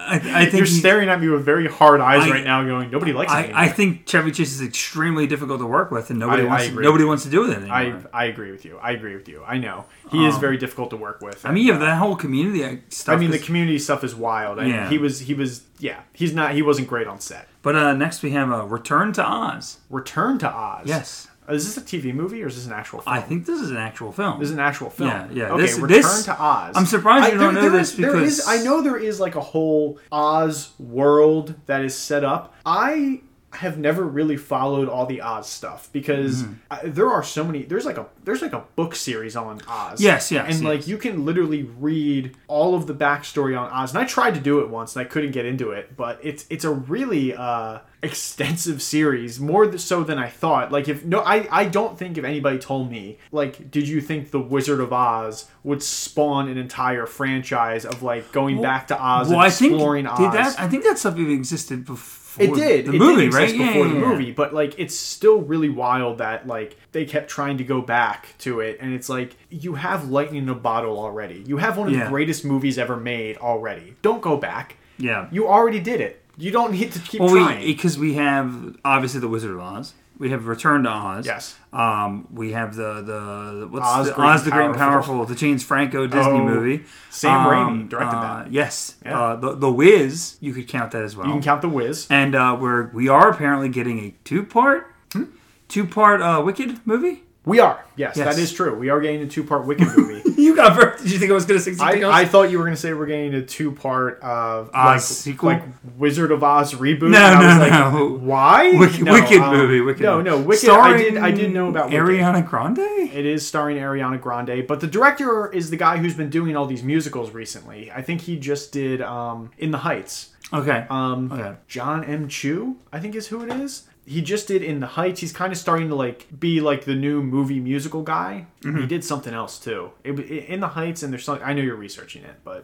[SPEAKER 1] I, I think
[SPEAKER 2] You're
[SPEAKER 1] he-
[SPEAKER 2] staring at me with very hard eyes
[SPEAKER 1] I-
[SPEAKER 2] right now, going, "Nobody likes me."
[SPEAKER 1] I, I think Chevy Chase is extremely difficult to work with, and nobody
[SPEAKER 2] I- I
[SPEAKER 1] wants to,
[SPEAKER 2] agree.
[SPEAKER 1] nobody wants to do with it anymore.
[SPEAKER 2] I,
[SPEAKER 1] I,
[SPEAKER 2] I agree with you. I agree with you. I know he is very difficult to work with.
[SPEAKER 1] Um, mean, you have that whole community uh, stuff.
[SPEAKER 2] I mean, the
[SPEAKER 1] is-
[SPEAKER 2] community stuff is wild. I,
[SPEAKER 1] Yeah.
[SPEAKER 2] He was he was yeah. He's not he wasn't great on set.
[SPEAKER 1] but uh, next we have a Return to Oz.
[SPEAKER 2] Return to Oz.
[SPEAKER 1] Yes,
[SPEAKER 2] Is this a TV movie or is this an actual? film?
[SPEAKER 1] I think this is an actual film.
[SPEAKER 2] This is an actual film.
[SPEAKER 1] Yeah, yeah.
[SPEAKER 2] Okay,
[SPEAKER 1] This-
[SPEAKER 2] Return
[SPEAKER 1] this-
[SPEAKER 2] to Oz.
[SPEAKER 1] I'm surprised you don't know
[SPEAKER 2] there
[SPEAKER 1] this
[SPEAKER 2] is- there
[SPEAKER 1] because-
[SPEAKER 2] is- I know there is like a whole Oz world that is set up. I have never really followed all the Oz stuff because
[SPEAKER 1] Mm-hmm.
[SPEAKER 2] I, there are so many. There's like a there's like a book series on Oz.
[SPEAKER 1] Yes, yes,
[SPEAKER 2] and
[SPEAKER 1] yes.
[SPEAKER 2] like you can literally read all of the backstory on Oz. And I tried to do it once and I couldn't get into it, but it's it's a really uh, extensive series, more th- so than I thought. Like if no, I I don't think if anybody told me like, did you think the Wizard of Oz would spawn an entire franchise of like going back to Oz
[SPEAKER 1] well,
[SPEAKER 2] and
[SPEAKER 1] I think
[SPEAKER 2] exploring Oz?
[SPEAKER 1] did that. I think that stuff even existed before
[SPEAKER 2] it did.
[SPEAKER 1] the
[SPEAKER 2] It
[SPEAKER 1] movie,
[SPEAKER 2] did
[SPEAKER 1] right?
[SPEAKER 2] exist Before the movie, but like it's still really wild that like they kept trying to go back to it, and it's like you have lightning in a bottle already. You have one of
[SPEAKER 1] Yeah.
[SPEAKER 2] the greatest movies ever made already. Don't go back.
[SPEAKER 1] Yeah.
[SPEAKER 2] You already did it. You don't need to keep
[SPEAKER 1] Well,
[SPEAKER 2] trying.
[SPEAKER 1] we because we have obviously the Wizard of Oz. We have Return to Oz.
[SPEAKER 2] Yes.
[SPEAKER 1] Um, we have the the what's
[SPEAKER 2] Oz
[SPEAKER 1] the,
[SPEAKER 2] Great
[SPEAKER 1] Oz
[SPEAKER 2] and
[SPEAKER 1] the Great and
[SPEAKER 2] Powerful.
[SPEAKER 1] Powerful, the James Franco Disney
[SPEAKER 2] Oh,
[SPEAKER 1] movie.
[SPEAKER 2] Sam Raimi directed
[SPEAKER 1] uh,
[SPEAKER 2] that.
[SPEAKER 1] Yes.
[SPEAKER 2] Yeah.
[SPEAKER 1] Uh, the the Wiz. You could count that as well.
[SPEAKER 2] you can count the whiz.
[SPEAKER 1] and uh, we're we are apparently getting a two part
[SPEAKER 2] Hmm?
[SPEAKER 1] two part uh, Wicked movie.
[SPEAKER 2] We are. Yes,
[SPEAKER 1] Yes.
[SPEAKER 2] that is true. We are getting a two-part Wicked movie.
[SPEAKER 1] You got first. Did you think I was going to say something
[SPEAKER 2] I, I thought you were going to say we're getting a two-part of
[SPEAKER 1] Oz
[SPEAKER 2] like,
[SPEAKER 1] Uh, sequel?
[SPEAKER 2] like Wizard of Oz reboot.
[SPEAKER 1] No,
[SPEAKER 2] and I
[SPEAKER 1] no,
[SPEAKER 2] was like,
[SPEAKER 1] no.
[SPEAKER 2] Why?
[SPEAKER 1] Wicked,
[SPEAKER 2] No,
[SPEAKER 1] Wicked
[SPEAKER 2] um,
[SPEAKER 1] movie. Wicked.
[SPEAKER 2] No, no, Wicked. I did. I did
[SPEAKER 1] Starring
[SPEAKER 2] know about Wicked.
[SPEAKER 1] Ariana Grande.
[SPEAKER 2] It is starring Ariana Grande, but the director is the guy who's been doing all these musicals recently. I think he just did um, In the Heights.
[SPEAKER 1] Okay.
[SPEAKER 2] Um,
[SPEAKER 1] Okay.
[SPEAKER 2] John M. Chu, I think is who it is. He just did In the Heights. He's kind of starting to like be like the new movie musical guy.
[SPEAKER 1] Mm-hmm.
[SPEAKER 2] He did something else too. It, wa- in the Heights, and there's something. I know you're researching it, but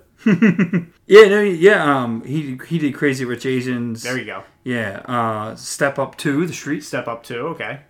[SPEAKER 1] Yeah, no, yeah. Um, he he did Crazy Rich Asians.
[SPEAKER 2] there you go.
[SPEAKER 1] Yeah. Uh, Step Up Two, The Streets.
[SPEAKER 2] Step up two. Okay,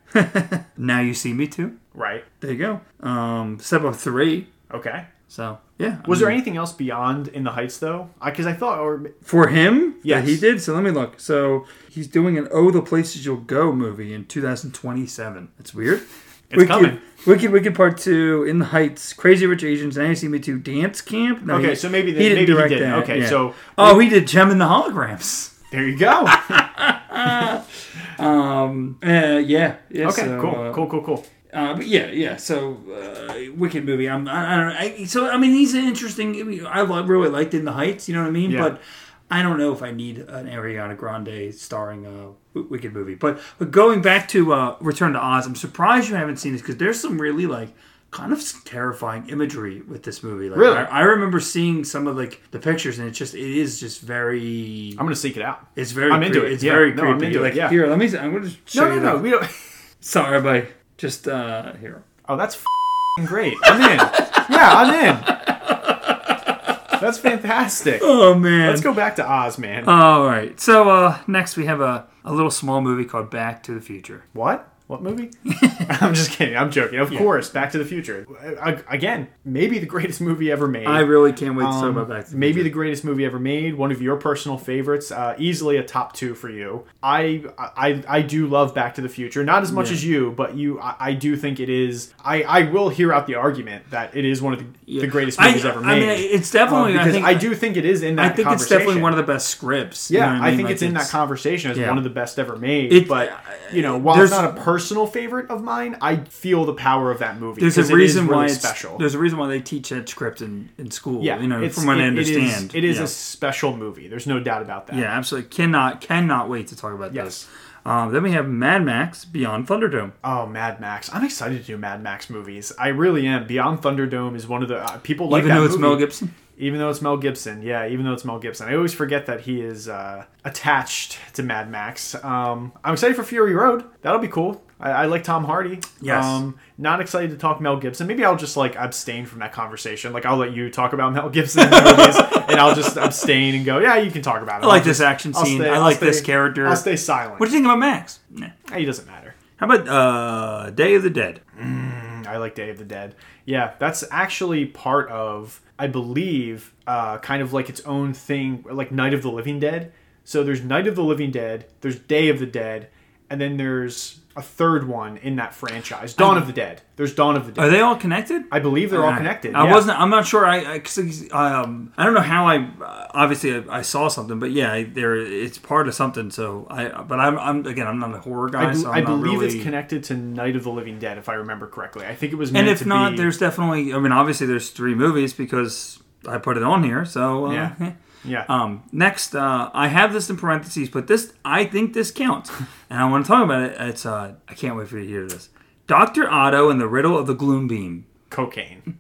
[SPEAKER 1] Now You See Me Too.
[SPEAKER 2] right.
[SPEAKER 1] There you go. Um, Step Up Three.
[SPEAKER 2] Okay.
[SPEAKER 1] So yeah. I
[SPEAKER 2] Was
[SPEAKER 1] mean,
[SPEAKER 2] there anything else beyond In the Heights though? Because I, thought, or
[SPEAKER 1] for him? Yeah,
[SPEAKER 2] Yes.
[SPEAKER 1] he did. So let me look. So he's doing an Oh the Places You'll Go movie in 2027. That's weird.
[SPEAKER 2] It's coming.
[SPEAKER 1] Wicked, Wicked Part Two, In the Heights, Crazy Rich Asians, Now You See Me Too, Dance Camp. No,
[SPEAKER 2] Okay,
[SPEAKER 1] he-
[SPEAKER 2] so maybe
[SPEAKER 1] he
[SPEAKER 2] then-
[SPEAKER 1] didn't
[SPEAKER 2] maybe he
[SPEAKER 1] direct
[SPEAKER 2] didn't.
[SPEAKER 1] that,
[SPEAKER 2] Okay,
[SPEAKER 1] yeah.
[SPEAKER 2] so-
[SPEAKER 1] oh, he did Gem and the Holograms.
[SPEAKER 2] there you go.
[SPEAKER 1] Um. Uh, yeah. yeah
[SPEAKER 2] Okay,
[SPEAKER 1] so,
[SPEAKER 2] cool,
[SPEAKER 1] uh,
[SPEAKER 2] cool, cool, cool.
[SPEAKER 1] Uh, but yeah, yeah. So, uh, wicked movie. I'm. I, I don't. I, so I mean, he's an interesting. I, mean, I li- really liked In the Heights. You know what I mean?
[SPEAKER 2] Yeah.
[SPEAKER 1] But I don't know if I need an Ariana Grande starring a w- wicked movie. But but going back to uh, Return to Oz, I'm surprised you haven't seen this because there's some really like kind of terrifying imagery with this movie. Like,
[SPEAKER 2] Really?
[SPEAKER 1] I, I remember seeing some of like the pictures, and it's just it is just very.
[SPEAKER 2] I'm gonna seek it out.
[SPEAKER 1] It's very.
[SPEAKER 2] I'm into
[SPEAKER 1] creep-
[SPEAKER 2] it.
[SPEAKER 1] It's
[SPEAKER 2] Yeah.
[SPEAKER 1] very
[SPEAKER 2] No,
[SPEAKER 1] creepy.
[SPEAKER 2] I'm into it,
[SPEAKER 1] like
[SPEAKER 2] yeah.
[SPEAKER 1] here, let me. I'm going to show
[SPEAKER 2] No, no,
[SPEAKER 1] you.
[SPEAKER 2] no.
[SPEAKER 1] the-
[SPEAKER 2] We don't.
[SPEAKER 1] Sorry, buddy. Just uh here.
[SPEAKER 2] Oh, that's fing great. I'm in. Yeah, I'm in. That's fantastic.
[SPEAKER 1] Oh man.
[SPEAKER 2] Let's go back to Oz, man.
[SPEAKER 1] All right. So uh next we have a a little small movie called Back to the Future.
[SPEAKER 2] what? What movie? I'm just kidding. I'm joking. Of course, Back to the Future. A- Again, maybe the greatest movie ever made.
[SPEAKER 1] I really can't wait to talk
[SPEAKER 2] Um,
[SPEAKER 1] about Back to the
[SPEAKER 2] maybe
[SPEAKER 1] Future.
[SPEAKER 2] the greatest movie ever made, one of your personal favorites, uh, easily a top two for you. I, I I do love Back to the Future, not as much
[SPEAKER 1] Yeah.
[SPEAKER 2] as you, but you I, I do think it is. I, I will hear out the argument that it is one of the, the greatest
[SPEAKER 1] I-
[SPEAKER 2] movies ever made.
[SPEAKER 1] I mean, it's
[SPEAKER 2] Um,
[SPEAKER 1] definitely.
[SPEAKER 2] because
[SPEAKER 1] I think.
[SPEAKER 2] I do think it is in that.
[SPEAKER 1] I think it's
[SPEAKER 2] conversation.
[SPEAKER 1] definitely one of the best scripts. you
[SPEAKER 2] Yeah,
[SPEAKER 1] know what
[SPEAKER 2] I,
[SPEAKER 1] mean?
[SPEAKER 2] think
[SPEAKER 1] Like,
[SPEAKER 2] it's in that conversation as
[SPEAKER 1] yeah.
[SPEAKER 2] one of the best ever made.
[SPEAKER 1] It-
[SPEAKER 2] but
[SPEAKER 1] I-
[SPEAKER 2] you know, while
[SPEAKER 1] there's-
[SPEAKER 2] it's not a personal favorite of mine, I feel the power of that movie.
[SPEAKER 1] There's
[SPEAKER 2] 'cause
[SPEAKER 1] a
[SPEAKER 2] it is
[SPEAKER 1] reason
[SPEAKER 2] really
[SPEAKER 1] why it's
[SPEAKER 2] special.
[SPEAKER 1] There's a reason why they teach that script in, in school.
[SPEAKER 2] Yeah,
[SPEAKER 1] you know,
[SPEAKER 2] it's-
[SPEAKER 1] from what I
[SPEAKER 2] it- it is-
[SPEAKER 1] understand,
[SPEAKER 2] it is
[SPEAKER 1] Yeah.
[SPEAKER 2] a special movie. There's no doubt about that.
[SPEAKER 1] Yeah, absolutely. Cannot cannot wait to talk about
[SPEAKER 2] Yes.
[SPEAKER 1] this. Um, then we have Mad Max Beyond Thunderdome.
[SPEAKER 2] Oh, Mad Max! I'm excited to do Mad Max movies. I really am. Beyond Thunderdome is one of the uh, people like
[SPEAKER 1] Even
[SPEAKER 2] that
[SPEAKER 1] though it's
[SPEAKER 2] movie.
[SPEAKER 1] Mel Gibson.
[SPEAKER 2] Even though it's Mel Gibson, yeah. Even though it's Mel Gibson, I always forget that he is uh, attached to Mad Max. Um, I'm excited for Fury Road. That'll be cool. I, I like Tom Hardy.
[SPEAKER 1] Yes.
[SPEAKER 2] Um, not excited to talk Mel Gibson. Maybe I'll just like abstain from that conversation. Like I'll let you talk about Mel Gibson movies, and I'll just abstain and go. Yeah, you can talk about it.
[SPEAKER 1] I like this action
[SPEAKER 2] I'll
[SPEAKER 1] scene.
[SPEAKER 2] stay-
[SPEAKER 1] I
[SPEAKER 2] I'll
[SPEAKER 1] like this
[SPEAKER 2] stay-
[SPEAKER 1] character.
[SPEAKER 2] I'll stay silent.
[SPEAKER 1] What do you think about Max? Nah.
[SPEAKER 2] Eh, he doesn't matter.
[SPEAKER 1] How about uh, Day of the Dead?
[SPEAKER 2] I like Day of the Dead. Yeah, that's actually part of, I believe, uh, kind of like its own thing, like Night of the Living Dead. So there's Night of the Living Dead, there's Day of the Dead, and then there's a third one in that franchise, Dawn of the Dead. There's Dawn of the Dead.
[SPEAKER 1] Are they all connected?
[SPEAKER 2] I believe they're all connected.
[SPEAKER 1] Uh, I
[SPEAKER 2] yeah.
[SPEAKER 1] wasn't. I'm not sure. I I, 'cause, um, I don't know how I. uh, Obviously, I, I saw something, but yeah, I- there it's part of something. So I. But I'm. I'm again. I'm not a horror guy.
[SPEAKER 2] I,
[SPEAKER 1] so I'm
[SPEAKER 2] I
[SPEAKER 1] not
[SPEAKER 2] believe
[SPEAKER 1] really...
[SPEAKER 2] it's connected to Night of the Living Dead, if I remember correctly. I think it was meant
[SPEAKER 1] And if
[SPEAKER 2] to
[SPEAKER 1] not,
[SPEAKER 2] be-
[SPEAKER 1] there's definitely. I mean, obviously, there's three movies because I put it on here. So uh,
[SPEAKER 2] Yeah. yeah.
[SPEAKER 1] Um, next, uh, I have this in parentheses, but this I think this counts, and I want to talk about it. It's uh, I can't wait for you to hear this. Doctor Otto and the Riddle of the Gloom Beam.
[SPEAKER 2] cocaine.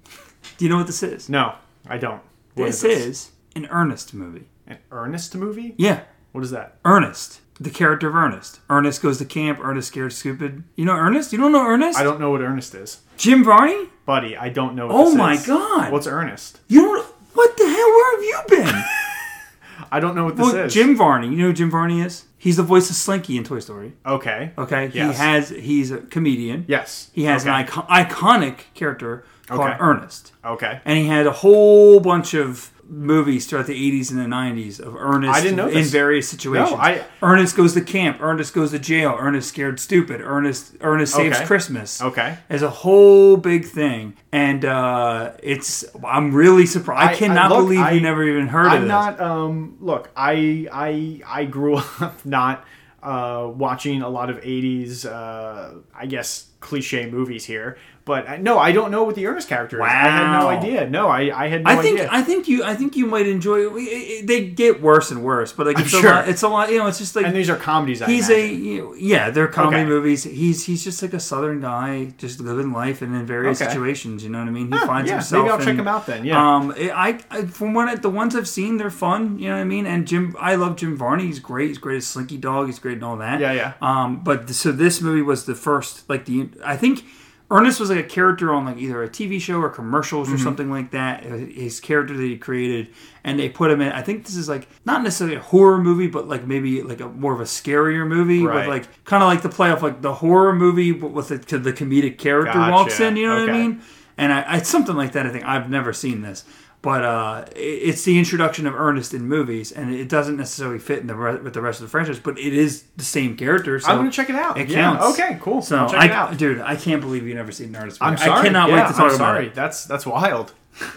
[SPEAKER 1] Do you know what this is?
[SPEAKER 2] No, I don't. What
[SPEAKER 1] this
[SPEAKER 2] this?
[SPEAKER 1] is an Ernest movie.
[SPEAKER 2] an Ernest movie.
[SPEAKER 1] Yeah,
[SPEAKER 2] What is that?
[SPEAKER 1] Ernest, the character of Ernest. Ernest goes to camp. Ernest scared stupid. You know Ernest? You don't know Ernest?
[SPEAKER 2] I don't know what Ernest is,
[SPEAKER 1] Jim Varney?
[SPEAKER 2] buddy. I don't know. What
[SPEAKER 1] Oh
[SPEAKER 2] this
[SPEAKER 1] my
[SPEAKER 2] is.
[SPEAKER 1] God.
[SPEAKER 2] What's Ernest?
[SPEAKER 1] You don't? What the hell? Where have you been?
[SPEAKER 2] I don't know what this
[SPEAKER 1] well,
[SPEAKER 2] is.
[SPEAKER 1] Jim Varney. You know who Jim Varney is? He's the voice of Slinky in Toy Story.
[SPEAKER 2] Okay.
[SPEAKER 1] Okay,
[SPEAKER 2] Yes.
[SPEAKER 1] he has. He's a comedian.
[SPEAKER 2] Yes.
[SPEAKER 1] He has
[SPEAKER 2] okay.
[SPEAKER 1] an icon- iconic character called
[SPEAKER 2] Okay.
[SPEAKER 1] Ernest.
[SPEAKER 2] Okay.
[SPEAKER 1] And he had a whole bunch of movies throughout the 80s and the 90s of Ernest
[SPEAKER 2] I didn't know
[SPEAKER 1] in
[SPEAKER 2] this.
[SPEAKER 1] various situations.
[SPEAKER 2] I-
[SPEAKER 1] Ernest goes to camp. Ernest goes to jail. Ernest scared stupid. Ernest Ernest saves
[SPEAKER 2] Okay.
[SPEAKER 1] Christmas.
[SPEAKER 2] Okay.
[SPEAKER 1] It's a whole big thing. And uh, it's I'm really surprised. I,
[SPEAKER 2] I-
[SPEAKER 1] cannot
[SPEAKER 2] look,
[SPEAKER 1] believe
[SPEAKER 2] I-
[SPEAKER 1] you never even heard of
[SPEAKER 2] I'm
[SPEAKER 1] this.
[SPEAKER 2] not. Um. Look, I I I grew up not uh watching a lot of 80s uh i guess cliche movies here but I, no i don't know what the ernest character is i had no
[SPEAKER 1] Wow.
[SPEAKER 2] idea no i i had no
[SPEAKER 1] I think
[SPEAKER 2] idea
[SPEAKER 1] I think you I think you might enjoy it. We- it- it- They get worse and worse, but like it's
[SPEAKER 2] sure.
[SPEAKER 1] a lot. It's a lot. You know, it's just like
[SPEAKER 2] and these are comedies I
[SPEAKER 1] he's
[SPEAKER 2] imagine.
[SPEAKER 1] a you know, yeah they're comedy
[SPEAKER 2] Okay.
[SPEAKER 1] movies he's he's just like a southern guy just living life and in various
[SPEAKER 2] Okay.
[SPEAKER 1] situations you know what i mean he finds
[SPEAKER 2] yeah,
[SPEAKER 1] himself
[SPEAKER 2] maybe I'll
[SPEAKER 1] in-
[SPEAKER 2] check him out then, yeah.
[SPEAKER 1] um it, I, I from what I, the ones i've seen they're fun you know what i mean and jim i love jim varney he's great he's great as slinky dog he's great and all that
[SPEAKER 2] Yeah, yeah.
[SPEAKER 1] um but th- so this movie was the first like the i think Ernest was like a character on like either a TV show or commercials
[SPEAKER 2] Mm-hmm.
[SPEAKER 1] or something like that. uh, His character that he created, and they put him in. I think this is like not necessarily a horror movie, but like maybe like a more of a scarier movie
[SPEAKER 2] Right.
[SPEAKER 1] with like kind of like the playoff, like the horror movie, but with the, the comedic character
[SPEAKER 2] Gotcha.
[SPEAKER 1] walks in. You know what
[SPEAKER 2] Okay.
[SPEAKER 1] I mean? And I, it's something like that. I think I've never seen this, but uh, it, it's the introduction of Ernest in movies, and it doesn't necessarily fit in the re- with the rest of the franchise, but it is the same character. So
[SPEAKER 2] I'm gonna check it out.
[SPEAKER 1] It
[SPEAKER 2] Yeah,
[SPEAKER 1] counts.
[SPEAKER 2] okay, cool.
[SPEAKER 1] So
[SPEAKER 2] I'll check
[SPEAKER 1] I,
[SPEAKER 2] it out.
[SPEAKER 1] dude, I can't believe you never seen Ernest.
[SPEAKER 2] I'm
[SPEAKER 1] before.
[SPEAKER 2] sorry.
[SPEAKER 1] I cannot
[SPEAKER 2] Yeah,
[SPEAKER 1] wait to talk
[SPEAKER 2] I'm
[SPEAKER 1] about
[SPEAKER 2] sorry.
[SPEAKER 1] it.
[SPEAKER 2] That's that's wild.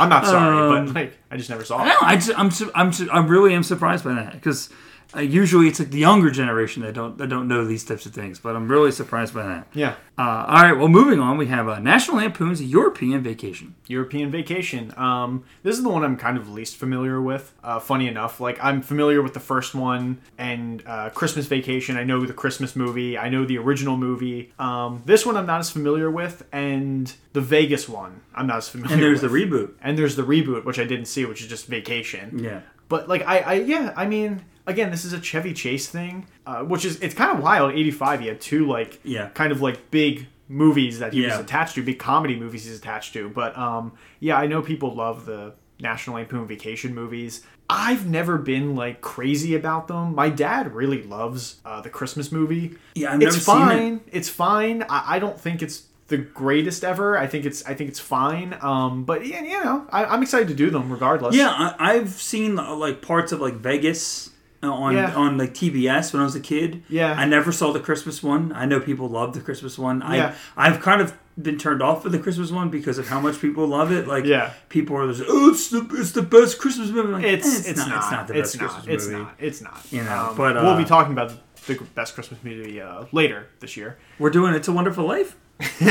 [SPEAKER 2] I'm not sorry,
[SPEAKER 1] Um,
[SPEAKER 2] but like I just never saw
[SPEAKER 1] No,
[SPEAKER 2] it.
[SPEAKER 1] I just, I'm, su- I'm, su- I really am surprised by that because uh, usually it's like the younger generation that don't, that don't know these types of things. But I'm really surprised by that.
[SPEAKER 2] Yeah.
[SPEAKER 1] Uh, all right. Well, moving on, we have uh, National Lampoon's European Vacation.
[SPEAKER 2] European Vacation. Um, this is the one I'm kind of least familiar with. Uh, funny enough, like I'm familiar with the first one and uh, Christmas Vacation. I know the Christmas movie. I know the original movie. Um, this one I'm not as familiar with, and the Vegas one I'm not as familiar.
[SPEAKER 1] And there's the
[SPEAKER 2] with.
[SPEAKER 1] reboot.
[SPEAKER 2] and there's the reboot, which I didn't see, which is just Vacation.
[SPEAKER 1] Yeah.
[SPEAKER 2] But like I, I yeah, I mean, again, this is a Chevy Chase thing, uh, which is it's kind of wild. '85, he had two like
[SPEAKER 1] Yeah.
[SPEAKER 2] kind of like big movies that he was
[SPEAKER 1] Yeah.
[SPEAKER 2] attached to, big comedy movies he's attached to. But um, yeah, I know people love the National Lampoon Vacation movies. I've never been like crazy about them. My dad really loves uh, the Christmas movie.
[SPEAKER 1] Yeah, I've
[SPEAKER 2] it's
[SPEAKER 1] never seen it.
[SPEAKER 2] fine. It's fine. I, I don't think it's the greatest ever. I think it's I think it's fine. Um, but yeah, you know, I, I'm excited to do them regardless.
[SPEAKER 1] Yeah, I, I've seen uh, like parts of like Vegas uh, on
[SPEAKER 2] Yeah.
[SPEAKER 1] on like TBS when I was a kid.
[SPEAKER 2] Yeah.
[SPEAKER 1] I never saw the Christmas one. I know people love the Christmas one.
[SPEAKER 2] Yeah.
[SPEAKER 1] I I've kind of been turned off with the Christmas one because of how much people love it. Like,
[SPEAKER 2] Yeah.
[SPEAKER 1] people are just oh, it's the it's the best Christmas movie. Like,
[SPEAKER 2] It's,
[SPEAKER 1] eh,
[SPEAKER 2] it's, not,
[SPEAKER 1] It's not the best
[SPEAKER 2] it's not,
[SPEAKER 1] Christmas
[SPEAKER 2] it's
[SPEAKER 1] movie.
[SPEAKER 2] not. It's not.
[SPEAKER 1] You know,
[SPEAKER 2] Um,
[SPEAKER 1] but, uh,
[SPEAKER 2] we'll be talking about the best Christmas movie uh, later this year.
[SPEAKER 1] We're doing It's a Wonderful Life.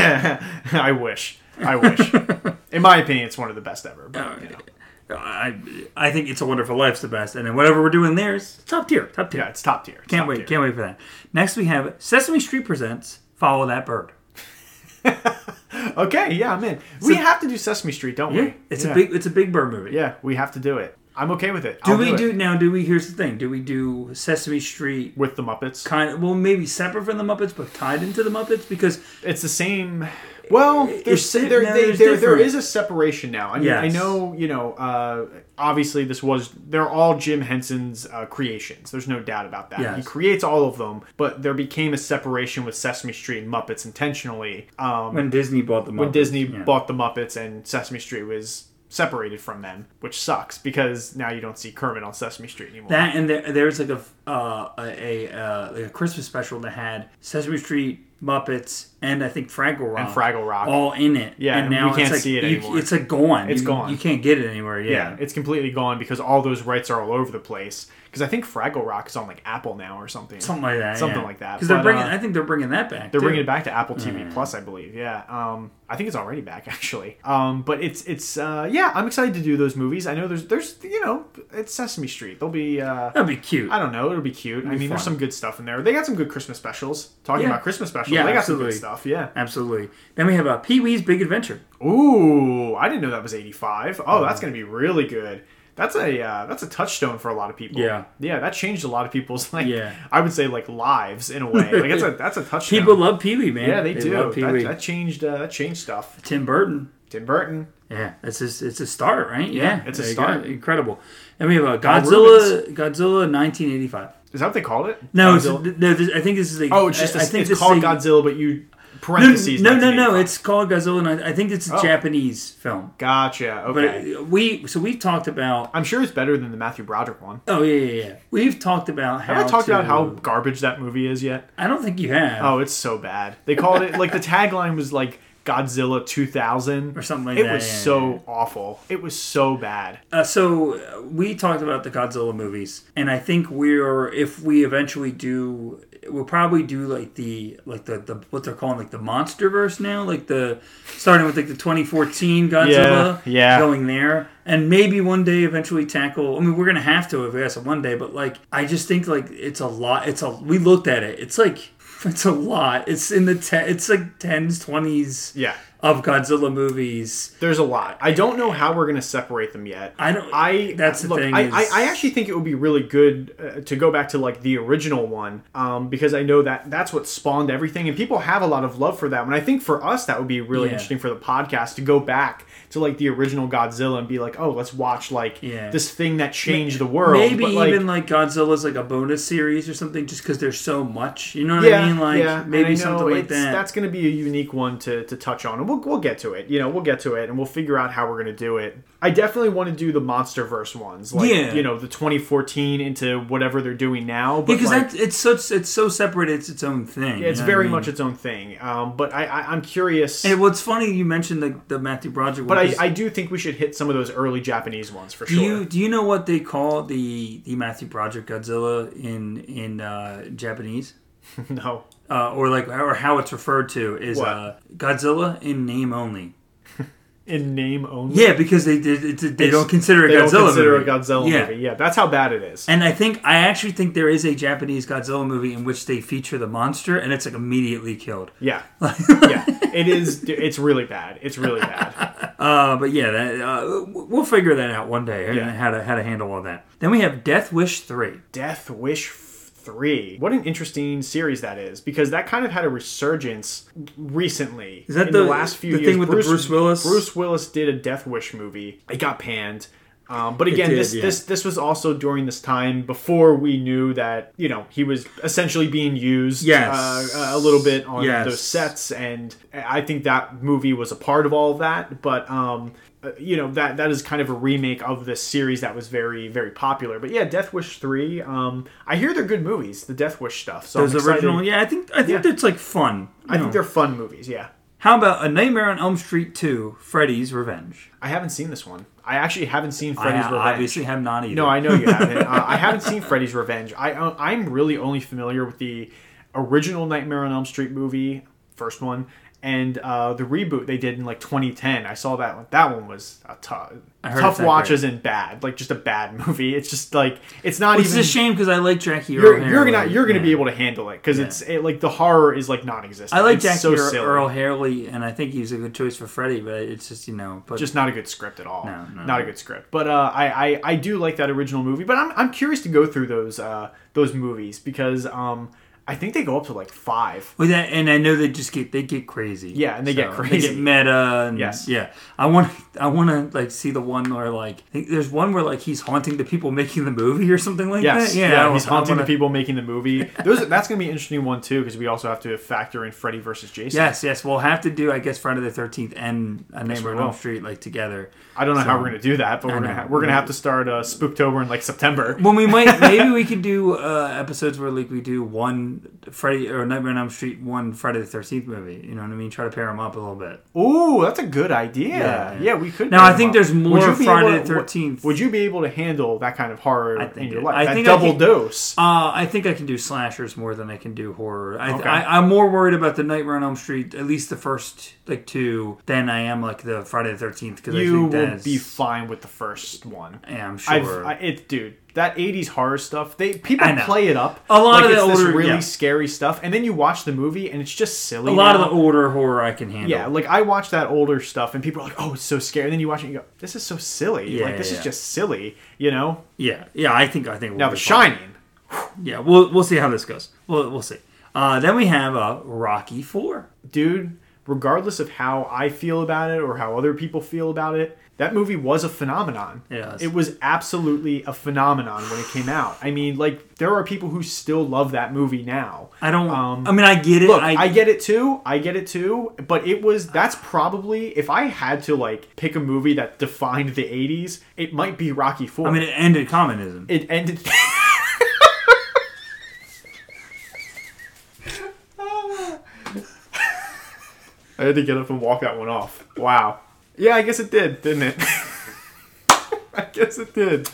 [SPEAKER 2] I wish. I wish. In my opinion, it's one of the best ever. But, you know.
[SPEAKER 1] I I think It's a Wonderful Life's the best, and then whatever we're doing there's top tier, top tier.
[SPEAKER 2] Yeah, it's top tier. It's
[SPEAKER 1] can't
[SPEAKER 2] top
[SPEAKER 1] wait,
[SPEAKER 2] tier.
[SPEAKER 1] can't wait for that. Next we have Sesame Street presents Follow That Bird.
[SPEAKER 2] Okay, yeah, I'm in. we have to do Sesame Street, don't
[SPEAKER 1] Yeah,
[SPEAKER 2] we?
[SPEAKER 1] it's
[SPEAKER 2] Yeah.
[SPEAKER 1] a big it's a Big Bird movie.
[SPEAKER 2] Yeah, we have to do it. I'm okay with it.
[SPEAKER 1] Do
[SPEAKER 2] I'll
[SPEAKER 1] we
[SPEAKER 2] it.
[SPEAKER 1] do now? Do we? Here's the thing. Do we do Sesame Street
[SPEAKER 2] with the Muppets?
[SPEAKER 1] kind of? Well, maybe separate from the Muppets, but tied into the Muppets because
[SPEAKER 2] It's the same. Well, there's,
[SPEAKER 1] it-
[SPEAKER 2] there,
[SPEAKER 1] no,
[SPEAKER 2] they,
[SPEAKER 1] there's
[SPEAKER 2] there, there
[SPEAKER 1] different.
[SPEAKER 2] is a separation now. I mean, I
[SPEAKER 1] Yes.
[SPEAKER 2] know you know. Uh, obviously, this was they're all Jim Henson's uh, creations. There's no doubt about that. He
[SPEAKER 1] Yes.
[SPEAKER 2] creates all of them, but there became a separation with Sesame Street and Muppets intentionally. Um,
[SPEAKER 1] when Disney bought the Muppets,
[SPEAKER 2] when Disney
[SPEAKER 1] yeah.
[SPEAKER 2] bought the Muppets and Sesame Street was separated from them, which sucks because now you don't see Kermit on Sesame Street anymore.
[SPEAKER 1] that, and there, there was like a uh, a, a, uh, like a Christmas special that had Sesame Street, Muppets, and I think Fraggle Rock,
[SPEAKER 2] and Fraggle Rock.
[SPEAKER 1] all in it.
[SPEAKER 2] Yeah,
[SPEAKER 1] and
[SPEAKER 2] we
[SPEAKER 1] now
[SPEAKER 2] can't
[SPEAKER 1] it's like,
[SPEAKER 2] see it
[SPEAKER 1] you-
[SPEAKER 2] anymore.
[SPEAKER 1] It's like gone.
[SPEAKER 2] It's
[SPEAKER 1] you,
[SPEAKER 2] gone.
[SPEAKER 1] You can't get it anywhere.
[SPEAKER 2] yeah,
[SPEAKER 1] Yeah.
[SPEAKER 2] it's completely gone because all those rights are all over the place. Because I think Fraggle Rock is on like Apple now or something.
[SPEAKER 1] Something like that.
[SPEAKER 2] Something like that.
[SPEAKER 1] Because they're
[SPEAKER 2] But,
[SPEAKER 1] bringing. Mm.
[SPEAKER 2] uh,
[SPEAKER 1] I think they're bringing that back.
[SPEAKER 2] They're bringing it back to Apple TV Plus, I believe. Yeah, um, I think it's already back actually. Um, but it's it's uh, yeah, I'm excited to do those movies. I know there's there's you know it's Sesame Street. They'll be uh,
[SPEAKER 1] That'd be cute.
[SPEAKER 2] I don't know. It'll be cute. I mean, there's
[SPEAKER 1] fun.
[SPEAKER 2] some good stuff in there. They got some good Christmas specials. Talking
[SPEAKER 1] Yeah.
[SPEAKER 2] about Christmas specials,
[SPEAKER 1] Yeah,
[SPEAKER 2] they got
[SPEAKER 1] absolutely.
[SPEAKER 2] some good stuff. Yeah.
[SPEAKER 1] Absolutely. Then we have uh, Pee Wee's Big Adventure.
[SPEAKER 2] Ooh, I didn't know that was 85. Oh, that's going to be really good. That's a uh, that's a touchstone for a lot of people.
[SPEAKER 1] Yeah.
[SPEAKER 2] yeah, that changed a lot of people's like
[SPEAKER 1] Yeah.
[SPEAKER 2] I would say like lives in a way. Like that's a that's a touchstone.
[SPEAKER 1] People love Pee Wee, man.
[SPEAKER 2] yeah, they, do.
[SPEAKER 1] love Pee Wee.
[SPEAKER 2] That, that changed uh, that changed stuff.
[SPEAKER 1] Tim Burton.
[SPEAKER 2] Tim Burton.
[SPEAKER 1] Yeah, it's just, it's a start, right? Yeah,
[SPEAKER 2] it's a
[SPEAKER 1] there you
[SPEAKER 2] start.
[SPEAKER 1] go. Incredible. And we have a
[SPEAKER 2] Bob
[SPEAKER 1] Godzilla, Godzilla 1985.
[SPEAKER 2] Is that what they called it?
[SPEAKER 1] No, it's,
[SPEAKER 2] Godzilla?
[SPEAKER 1] no, this, I think this is. A,
[SPEAKER 2] oh, it's just
[SPEAKER 1] I,
[SPEAKER 2] a,
[SPEAKER 1] I think
[SPEAKER 2] it's
[SPEAKER 1] this
[SPEAKER 2] called
[SPEAKER 1] is a-
[SPEAKER 2] Godzilla, but you
[SPEAKER 1] No,
[SPEAKER 2] parentheses.
[SPEAKER 1] no, no, no,
[SPEAKER 2] 1985.
[SPEAKER 1] It's called Godzilla. and I I think it's a
[SPEAKER 2] Oh.
[SPEAKER 1] Japanese film.
[SPEAKER 2] gotcha.
[SPEAKER 1] But uh,
[SPEAKER 2] Okay,
[SPEAKER 1] we so we've talked about.
[SPEAKER 2] I'm sure it's better than the Matthew Broderick one.
[SPEAKER 1] Oh yeah, yeah, yeah. We've talked about how.
[SPEAKER 2] Have I talked
[SPEAKER 1] to-
[SPEAKER 2] about how garbage that movie is yet?
[SPEAKER 1] I don't think you have.
[SPEAKER 2] Oh, it's so bad. They called it like the tagline was like Godzilla 2000
[SPEAKER 1] Or something like
[SPEAKER 2] it
[SPEAKER 1] that,
[SPEAKER 2] was
[SPEAKER 1] yeah,
[SPEAKER 2] so awful. It was so bad.
[SPEAKER 1] Uh, so uh, we talked about the Godzilla movies, and I think we're if we eventually do, we'll probably do like the like the, the what they're calling like the MonsterVerse now, like the starting with like the 2014 Godzilla,
[SPEAKER 2] Yeah, yeah.
[SPEAKER 1] going there, and maybe one day eventually tackle. I mean, we're gonna have to, I guess, one day. But like, I just think like it's a lot. It's a we looked at it. It's like it's a lot. It's in the te- it's like tens, twenties,
[SPEAKER 2] Yeah.
[SPEAKER 1] of Godzilla movies.
[SPEAKER 2] There's a lot. I don't know how we're going to separate them yet.
[SPEAKER 1] I don't.
[SPEAKER 2] I
[SPEAKER 1] that's the
[SPEAKER 2] look,
[SPEAKER 1] thing.
[SPEAKER 2] I,
[SPEAKER 1] is,
[SPEAKER 2] I, I actually think it would be really good uh, to go back to like the original one um, because I know that that's what spawned everything, and people have a lot of love for that. And I think for us, that would be really
[SPEAKER 1] Yeah.
[SPEAKER 2] interesting for the podcast to go back to like the original Godzilla and be like, oh, let's watch like
[SPEAKER 1] Yeah.
[SPEAKER 2] this thing that changed the world.
[SPEAKER 1] Maybe
[SPEAKER 2] but, like,
[SPEAKER 1] even like Godzilla's like a bonus series or something, just because there's so much. You know what
[SPEAKER 2] yeah,
[SPEAKER 1] I mean? Like
[SPEAKER 2] yeah. and I
[SPEAKER 1] maybe
[SPEAKER 2] know
[SPEAKER 1] something like
[SPEAKER 2] it's-
[SPEAKER 1] that.
[SPEAKER 2] That's going to be a unique one to, to touch on, and we'll we'll get to it. You know, we'll get to it, and we'll figure out how we're going to do it. I definitely want to do the MonsterVerse ones, like
[SPEAKER 1] Yeah.
[SPEAKER 2] you know, the 2014 into whatever they're doing now. But
[SPEAKER 1] because
[SPEAKER 2] like,
[SPEAKER 1] that, it's such it's so separate. It's its own thing.
[SPEAKER 2] it's very much its own thing. Um, but I, I I'm curious.
[SPEAKER 1] It, what's funny you mentioned the the Matthew Broderick one.
[SPEAKER 2] but
[SPEAKER 1] 'cause
[SPEAKER 2] I, I do think we should hit some of those early Japanese ones for
[SPEAKER 1] do
[SPEAKER 2] sure.
[SPEAKER 1] you do you know what they call the the Matthew Broderick Godzilla in in uh, Japanese?
[SPEAKER 2] no,
[SPEAKER 1] Uh, or like or how it's referred to is
[SPEAKER 2] What?
[SPEAKER 1] uh, Godzilla in name only.
[SPEAKER 2] in name only.
[SPEAKER 1] Yeah, because they did it's, they
[SPEAKER 2] It's-
[SPEAKER 1] don't consider it
[SPEAKER 2] They
[SPEAKER 1] Godzilla
[SPEAKER 2] don't consider
[SPEAKER 1] movie.
[SPEAKER 2] a Godzilla
[SPEAKER 1] Yeah.
[SPEAKER 2] movie. Yeah, that's how bad it is.
[SPEAKER 1] And I think I actually think there is a Japanese Godzilla movie in which they feature the monster, and it's like immediately killed.
[SPEAKER 2] yeah, yeah, it is. It's really bad. It's really bad.
[SPEAKER 1] Uh, but yeah, that, uh, we'll figure that out one day
[SPEAKER 2] Yeah.
[SPEAKER 1] how to how to handle all that. Then we have Death Wish three.
[SPEAKER 2] Death Wish 3. What an interesting series that is because that kind of had a resurgence recently. Is
[SPEAKER 1] that
[SPEAKER 2] in
[SPEAKER 1] the-
[SPEAKER 2] the, last few
[SPEAKER 1] the
[SPEAKER 2] years?
[SPEAKER 1] thing with the Bruce Willis?
[SPEAKER 2] Bruce Willis did a Death Wish movie. It got panned. Um, but again,
[SPEAKER 1] did,
[SPEAKER 2] this,
[SPEAKER 1] yeah.
[SPEAKER 2] this this was also during this time before we knew that you know he was essentially being used
[SPEAKER 1] Yes.
[SPEAKER 2] uh, a little bit on
[SPEAKER 1] Yes.
[SPEAKER 2] those sets, and I think that movie was a part of all of that. But um, uh, you know that that is kind of a remake of this series that was very very popular. But yeah, Death Wish three. Um, I hear they're good movies, the Death Wish stuff. So
[SPEAKER 1] Those
[SPEAKER 2] I'm excited.
[SPEAKER 1] original, yeah, I think I think
[SPEAKER 2] Yeah.
[SPEAKER 1] that's like fun.
[SPEAKER 2] I
[SPEAKER 1] you
[SPEAKER 2] think
[SPEAKER 1] know.
[SPEAKER 2] they're fun movies. Yeah,
[SPEAKER 1] How about A Nightmare on Elm Street two: Freddy's Revenge?
[SPEAKER 2] I haven't seen this one. I actually haven't seen
[SPEAKER 1] I
[SPEAKER 2] Freddy's Revenge.
[SPEAKER 1] obviously have not either.
[SPEAKER 2] No, I know you haven't. uh, I haven't seen Freddy's um, Revenge. I uh, I'm really only familiar with the original Nightmare on Elm Street movie. first one, and uh, the reboot they did in like 2010. I saw that one. That one was a tough,
[SPEAKER 1] I heard it's
[SPEAKER 2] tough
[SPEAKER 1] not
[SPEAKER 2] watches and bad, like just a bad movie. It's just like it's not
[SPEAKER 1] It's
[SPEAKER 2] even.
[SPEAKER 1] a shame because I like Jackie.
[SPEAKER 2] you're,
[SPEAKER 1] Earl
[SPEAKER 2] you're gonna
[SPEAKER 1] Haley.
[SPEAKER 2] you're gonna
[SPEAKER 1] Yeah.
[SPEAKER 2] be able to handle it because it's it, like the horror is like non-existent.
[SPEAKER 1] I like
[SPEAKER 2] it's
[SPEAKER 1] Jackie
[SPEAKER 2] so
[SPEAKER 1] Earl,
[SPEAKER 2] silly.
[SPEAKER 1] Earl Haley, and I think he's a good choice for Freddy, but it's just you know, but
[SPEAKER 2] just not a good script at all.
[SPEAKER 1] No, no.
[SPEAKER 2] not a good script. But uh, I, I I do like that original movie. But I'm, I'm curious to go through those uh, those movies because um, I think they go up to like five.
[SPEAKER 1] Well, that, and I know they just get they get crazy.
[SPEAKER 2] Yeah, and they get
[SPEAKER 1] They
[SPEAKER 2] crazy.
[SPEAKER 1] get meta. And,
[SPEAKER 2] Yes.
[SPEAKER 1] Yeah, I want I want to like see the one where like I think there's one where like he's haunting the people making the movie or something like
[SPEAKER 2] Yes,
[SPEAKER 1] that.
[SPEAKER 2] yeah,
[SPEAKER 1] I
[SPEAKER 2] he's
[SPEAKER 1] wa- I
[SPEAKER 2] haunting
[SPEAKER 1] wanna-
[SPEAKER 2] the people making the movie. Those that's gonna be an interesting one too because we also have to factor in Freddy versus Jason.
[SPEAKER 1] Yes, yes, we'll have to do I guess Friday the Thirteenth and A Neighbor on
[SPEAKER 2] will.
[SPEAKER 1] Elm Street like together.
[SPEAKER 2] I don't know how
[SPEAKER 1] So-
[SPEAKER 2] we're gonna do that, but we're gonna
[SPEAKER 1] know.
[SPEAKER 2] ha- we're gonna have to start uh, Spooktober in like September.
[SPEAKER 1] When we might maybe we could do uh, episodes where like we do one Freddy or Nightmare on Elm Street, one Friday the Thirteenth movie. You know what I mean? Try to pair them up a little bit.
[SPEAKER 2] Ooh, that's a good idea. Yeah,
[SPEAKER 1] Yeah, yeah.
[SPEAKER 2] we could.
[SPEAKER 1] Now,
[SPEAKER 2] pair
[SPEAKER 1] I
[SPEAKER 2] them
[SPEAKER 1] think
[SPEAKER 2] up.
[SPEAKER 1] there's
[SPEAKER 2] Would
[SPEAKER 1] more
[SPEAKER 2] you be able
[SPEAKER 1] Friday
[SPEAKER 2] to-
[SPEAKER 1] the 13th.
[SPEAKER 2] Would you be able to handle that kind of horror
[SPEAKER 1] I think
[SPEAKER 2] in your
[SPEAKER 1] it-
[SPEAKER 2] life?
[SPEAKER 1] I
[SPEAKER 2] that
[SPEAKER 1] think I
[SPEAKER 2] double
[SPEAKER 1] could-
[SPEAKER 2] dose.
[SPEAKER 1] Uh, I think I can do slashers more than I can do horror. I,
[SPEAKER 2] Okay.
[SPEAKER 1] I, I'm more worried about the Nightmare on Elm Street, at least the first like two, than I am like the Friday the Thirteenth because
[SPEAKER 2] you
[SPEAKER 1] I think
[SPEAKER 2] will
[SPEAKER 1] that's
[SPEAKER 2] be fine with the first one.
[SPEAKER 1] yeah, I'm
[SPEAKER 2] I've,
[SPEAKER 1] sure.
[SPEAKER 2] I, it, dude, that '80s horror stuff. They people
[SPEAKER 1] I know.
[SPEAKER 2] play it up.
[SPEAKER 1] A lot
[SPEAKER 2] like
[SPEAKER 1] of
[SPEAKER 2] it's
[SPEAKER 1] the
[SPEAKER 2] this
[SPEAKER 1] older-
[SPEAKER 2] really
[SPEAKER 1] yeah.
[SPEAKER 2] scary stuff, and then you watch the movie, and it's just silly.
[SPEAKER 1] a lot of
[SPEAKER 2] now.
[SPEAKER 1] the older horror I can handle.
[SPEAKER 2] yeah, like I watch that older stuff, and people are like, "Oh, it's so scary." And then you watch it, and you go, "This is so silly.
[SPEAKER 1] Yeah,
[SPEAKER 2] like this
[SPEAKER 1] yeah,
[SPEAKER 2] is
[SPEAKER 1] yeah.
[SPEAKER 2] just silly." You know.
[SPEAKER 1] yeah, yeah. I think I think we'll
[SPEAKER 2] Now,
[SPEAKER 1] be
[SPEAKER 2] The
[SPEAKER 1] fine.
[SPEAKER 2] Shining.
[SPEAKER 1] Yeah, we'll we'll see how this goes. We'll we'll see. Uh, then we have uh, Rocky Four.
[SPEAKER 2] dude, regardless of how I feel about it or how other people feel about it, that movie was a phenomenon.
[SPEAKER 1] Yeah, it was.
[SPEAKER 2] It was absolutely a phenomenon when it came out. I mean, like, there are people who still love that movie now.
[SPEAKER 1] I don't.
[SPEAKER 2] Um,
[SPEAKER 1] I mean, I get it.
[SPEAKER 2] Look, I,
[SPEAKER 1] I,
[SPEAKER 2] get it too. I get it too. But it was that's probably if I had to like pick a movie that defined the '80s, it might be Rocky Four.
[SPEAKER 1] I mean, it ended communism.
[SPEAKER 2] it ended. I had to get up and walk that one off. Wow. Yeah, I guess it did, didn't it? I guess it did.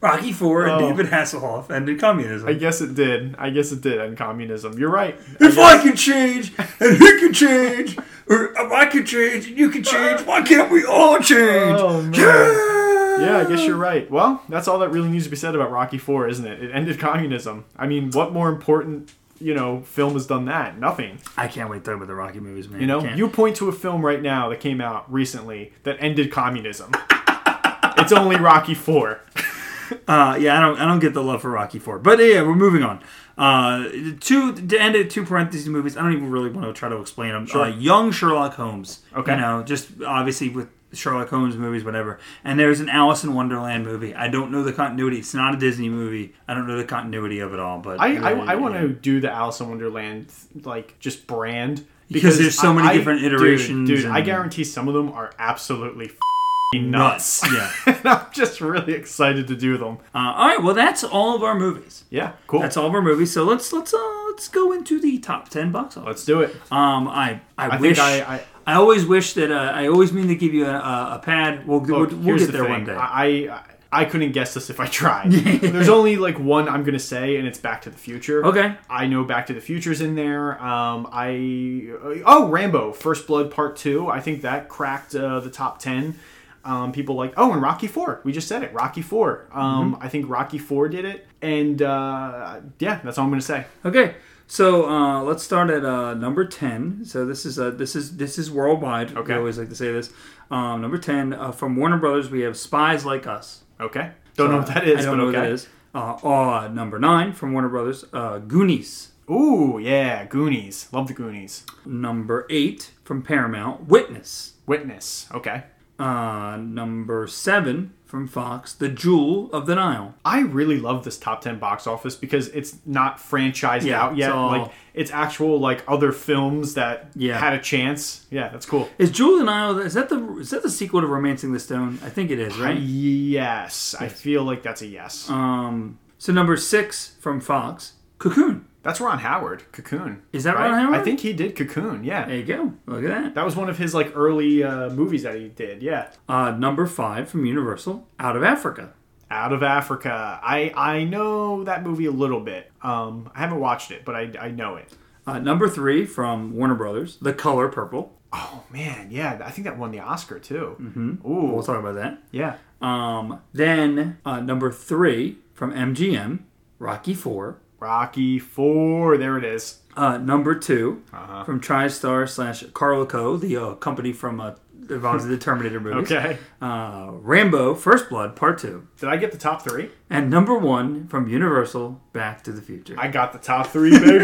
[SPEAKER 1] Rocky Four and
[SPEAKER 2] Oh.
[SPEAKER 1] David Hasselhoff ended communism.
[SPEAKER 2] I guess it did. I guess it did. And communism. You're right.
[SPEAKER 1] If I can change, and he can change, or if I can change, and you can change, why can't we all change?
[SPEAKER 2] Oh, man. Yeah, I guess you're right. Well, that's all that really needs to be said about Rocky Four, isn't it? It ended communism. I mean, what more important, you know, film has done that? Nothing.
[SPEAKER 1] I can't wait to talk about the Rocky movies, man.
[SPEAKER 2] You know,
[SPEAKER 1] Can't.
[SPEAKER 2] you point to a film right now that came out recently that ended communism. it's only Rocky Four.
[SPEAKER 1] Uh, yeah, I don't, I don't get the love for Rocky Four, but yeah, we're moving on. Uh, two to end it, two parentheses movies. I don't even really want to try to explain them. Uh, young Sherlock Holmes.
[SPEAKER 2] Okay.
[SPEAKER 1] you know, just obviously with Sherlock Holmes movies, whatever. And there's an Alice in Wonderland movie. I don't know the continuity. It's not a Disney movie. I don't know the continuity of it all, but
[SPEAKER 2] I I, I want to do the Alice in Wonderland like just brand
[SPEAKER 1] Because there's so many different
[SPEAKER 2] dude,
[SPEAKER 1] iterations
[SPEAKER 2] Dude, I
[SPEAKER 1] and-
[SPEAKER 2] guarantee some of them are absolutely fing nuts.
[SPEAKER 1] nuts. yeah.
[SPEAKER 2] and I'm just really excited to do them.
[SPEAKER 1] Uh, all right. Well, that's all of our movies.
[SPEAKER 2] Yeah, cool.
[SPEAKER 1] That's all of our movies. So let's let's uh, let's go into the top ten box office.
[SPEAKER 2] Let's do it.
[SPEAKER 1] Um, I I,
[SPEAKER 2] think
[SPEAKER 1] wish
[SPEAKER 2] I-
[SPEAKER 1] I,
[SPEAKER 2] I-
[SPEAKER 1] always wish that uh, I always mean to give you a, a, a pad. We'll
[SPEAKER 2] Look,
[SPEAKER 1] we'll, we'll
[SPEAKER 2] here's
[SPEAKER 1] get
[SPEAKER 2] the
[SPEAKER 1] there
[SPEAKER 2] thing.
[SPEAKER 1] one day.
[SPEAKER 2] I, I I couldn't guess this if I tried. There's only like one I'm gonna say, and it's Back to the Future.
[SPEAKER 1] Okay.
[SPEAKER 2] I know Back to the Future's in there. Um, I oh Rambo First Blood Part Two. I think that cracked uh, the top ten. Um, people like oh and Rocky Four. We just said it. Rocky Four. Um,
[SPEAKER 1] Mm-hmm.
[SPEAKER 2] I think Rocky Four did it. And uh, yeah, that's all I'm gonna say.
[SPEAKER 1] okay. So uh, let's start at uh, number ten. So this is uh, this is this is worldwide.
[SPEAKER 2] Okay.
[SPEAKER 1] I always like to say this. Um, number ten uh, from Warner Brothers, we have Spies Like Us. Uh,
[SPEAKER 2] Okay. Don't know what that is,
[SPEAKER 1] I don't
[SPEAKER 2] but
[SPEAKER 1] know
[SPEAKER 2] okay.
[SPEAKER 1] what that is. Uh, uh, number nine from Warner Brothers, uh, Goonies.
[SPEAKER 2] Ooh yeah, Goonies. Love the Goonies.
[SPEAKER 1] Number eight from Paramount, Witness.
[SPEAKER 2] Witness. Okay.
[SPEAKER 1] Uh, number seven from Fox, The Jewel of the Nile.
[SPEAKER 2] I really love this top ten box office because it's not franchised
[SPEAKER 1] Yeah,
[SPEAKER 2] out yet.
[SPEAKER 1] it's all-
[SPEAKER 2] Like it's actual like other films that
[SPEAKER 1] Yeah.
[SPEAKER 2] had a chance. Yeah, that's cool.
[SPEAKER 1] Is Jewel of the Nile? Is that the is that the sequel to Romancing the Stone? I think it is, right?
[SPEAKER 2] Uh, Yes, I feel like that's a yes.
[SPEAKER 1] Um, so number six from Fox, Cocoon.
[SPEAKER 2] that's Ron Howard. Cocoon.
[SPEAKER 1] Is that Ron Howard?
[SPEAKER 2] I think he did Cocoon. Yeah,
[SPEAKER 1] There you go. Look at that.
[SPEAKER 2] that was one of his like early uh, movies that he did. Yeah,
[SPEAKER 1] Uh, number five from Universal, Out of Africa.
[SPEAKER 2] Out of Africa. I I know that movie a little bit. Um, I haven't watched it, but I I know it.
[SPEAKER 1] Uh, number three from Warner Brothers, The Color Purple.
[SPEAKER 2] Oh man, yeah, I think that won the Oscar too.
[SPEAKER 1] We'll
[SPEAKER 2] Ooh,
[SPEAKER 1] talk about that.
[SPEAKER 2] yeah.
[SPEAKER 1] Um, then uh, number three from MGM, Rocky Four.
[SPEAKER 2] Rocky Four, there it is.
[SPEAKER 1] Uh, number 2
[SPEAKER 2] Uh-huh.
[SPEAKER 1] from TriStar slash Carlico, the uh, company from uh, involved in the Terminator movies.
[SPEAKER 2] Okay.
[SPEAKER 1] Uh, Rambo: First Blood Part Two,
[SPEAKER 2] Did I get the top three?
[SPEAKER 1] and number one from Universal, Back to the Future.
[SPEAKER 2] I got the top three, baby.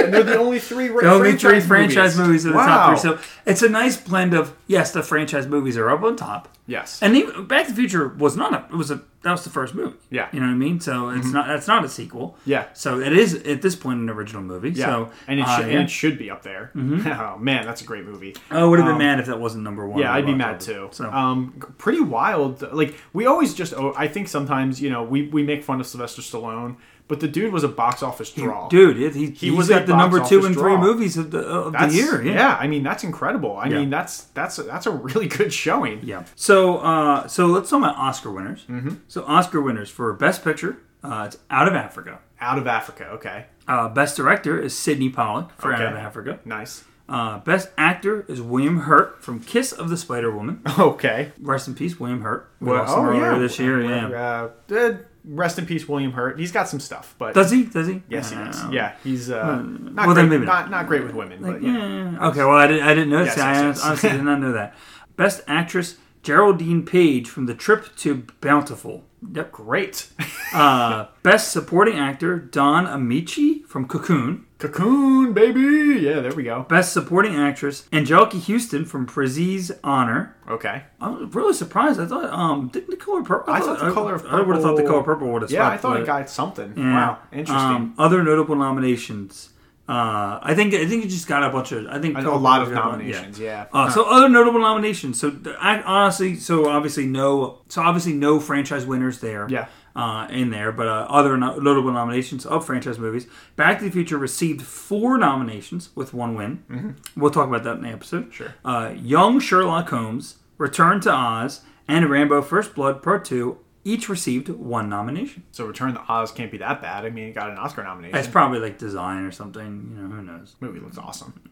[SPEAKER 2] and they're the only three. Ra-
[SPEAKER 1] the only three
[SPEAKER 2] franchise
[SPEAKER 1] franchise movies, in the
[SPEAKER 2] Wow.
[SPEAKER 1] top three. So it's a nice blend of yes, the franchise movies are up on top,
[SPEAKER 2] Yes.
[SPEAKER 1] and even Back to the Future was not a it was a that was the first movie.
[SPEAKER 2] Yeah. Mm-hmm.
[SPEAKER 1] you know what I mean. So it's not that's not a sequel.
[SPEAKER 2] Yeah.
[SPEAKER 1] So it is at this point an original movie.
[SPEAKER 2] yeah.
[SPEAKER 1] So
[SPEAKER 2] and, it
[SPEAKER 1] uh,
[SPEAKER 2] should,
[SPEAKER 1] yeah. Mm-hmm.
[SPEAKER 2] and it should be up there. oh man, that's a great movie.
[SPEAKER 1] I would have been mad if that wasn't number one.
[SPEAKER 2] um, Yeah,
[SPEAKER 1] on
[SPEAKER 2] I'd be
[SPEAKER 1] Rock
[SPEAKER 2] mad too.
[SPEAKER 1] Hudson. So
[SPEAKER 2] Um, g- pretty wild. Like we always just. Oh, I think sometimes you know we, we make fun of Sylvester Stallone, but the dude was a box office draw.
[SPEAKER 1] dude, it, he he
[SPEAKER 2] was
[SPEAKER 1] was
[SPEAKER 2] a
[SPEAKER 1] at the
[SPEAKER 2] box
[SPEAKER 1] number two
[SPEAKER 2] office
[SPEAKER 1] and three
[SPEAKER 2] draw.
[SPEAKER 1] movies of the of the
[SPEAKER 2] that's,
[SPEAKER 1] year. Yeah.
[SPEAKER 2] I mean that's incredible. I mean that's that's that's a really good showing.
[SPEAKER 1] Yeah. So, uh, so let's talk about Oscar winners. Mm-hmm. So, Oscar winners for Best Picture, uh, it's Out of Africa.
[SPEAKER 2] Out of Africa, okay,
[SPEAKER 1] Uh, Best Director is Sidney Pollack for
[SPEAKER 2] Okay.
[SPEAKER 1] Out of Africa.
[SPEAKER 2] nice.
[SPEAKER 1] Uh, Best Actor is William Hurt from Kiss of the Spider Woman.
[SPEAKER 2] Okay.
[SPEAKER 1] Rest in peace, William Hurt. We
[SPEAKER 2] Well,
[SPEAKER 1] lost him
[SPEAKER 2] oh,
[SPEAKER 1] earlier
[SPEAKER 2] yeah.
[SPEAKER 1] this year. Yeah.
[SPEAKER 2] Uh, eh, rest in peace, William Hurt. He's got some stuff, but
[SPEAKER 1] Does he? Does he?
[SPEAKER 2] yes, he does.
[SPEAKER 1] Uh,
[SPEAKER 2] Yeah, he's uh, not
[SPEAKER 1] well,
[SPEAKER 2] great,
[SPEAKER 1] then maybe not.
[SPEAKER 2] not not great with women, but yeah.
[SPEAKER 1] Yeah. Okay. Well, I didn't. I didn't know
[SPEAKER 2] hmm. Yes,
[SPEAKER 1] that. I
[SPEAKER 2] yes,
[SPEAKER 1] honest-
[SPEAKER 2] yes.
[SPEAKER 1] honestly did not know that. Best Actress Geraldine Page from The Trip to Bountiful. Yep.
[SPEAKER 2] great.
[SPEAKER 1] Uh, best supporting actor Don Amici from Cocoon.
[SPEAKER 2] Cocoon, baby. Yeah, there we go.
[SPEAKER 1] Best supporting actress Angelica Houston from Prezi's Honor.
[SPEAKER 2] Okay.
[SPEAKER 1] I'm really surprised. I thought um didn't the color purple.
[SPEAKER 2] I thought The Color of
[SPEAKER 1] I would have thought the
[SPEAKER 2] Purple-
[SPEAKER 1] color purple would have.
[SPEAKER 2] Yeah, I thought it got something. Wow, interesting.
[SPEAKER 1] Mm. Um, other notable nominations. Uh, I think I think it just got a bunch of I think
[SPEAKER 2] a
[SPEAKER 1] Color
[SPEAKER 2] lot of
[SPEAKER 1] Purple got a bunch-
[SPEAKER 2] nominations. Yeah.
[SPEAKER 1] Uh, so other notable nominations. So th- I honestly, so obviously no, so obviously no franchise winners there.
[SPEAKER 2] Yeah.
[SPEAKER 1] Uh, in there, but uh, other no- notable nominations of franchise movies. Back to the Future received four nominations with one win. We'll talk about that in the episode.
[SPEAKER 2] Mm-hmm. Sure.
[SPEAKER 1] Uh, Young Sherlock Holmes, Return to Oz, and Rambo: First Blood Part Two each received one nomination.
[SPEAKER 2] So Return to Oz can't be that bad. I mean, it got an Oscar nomination.
[SPEAKER 1] That's probably like design or something. You know, who knows?
[SPEAKER 2] the movie looks awesome.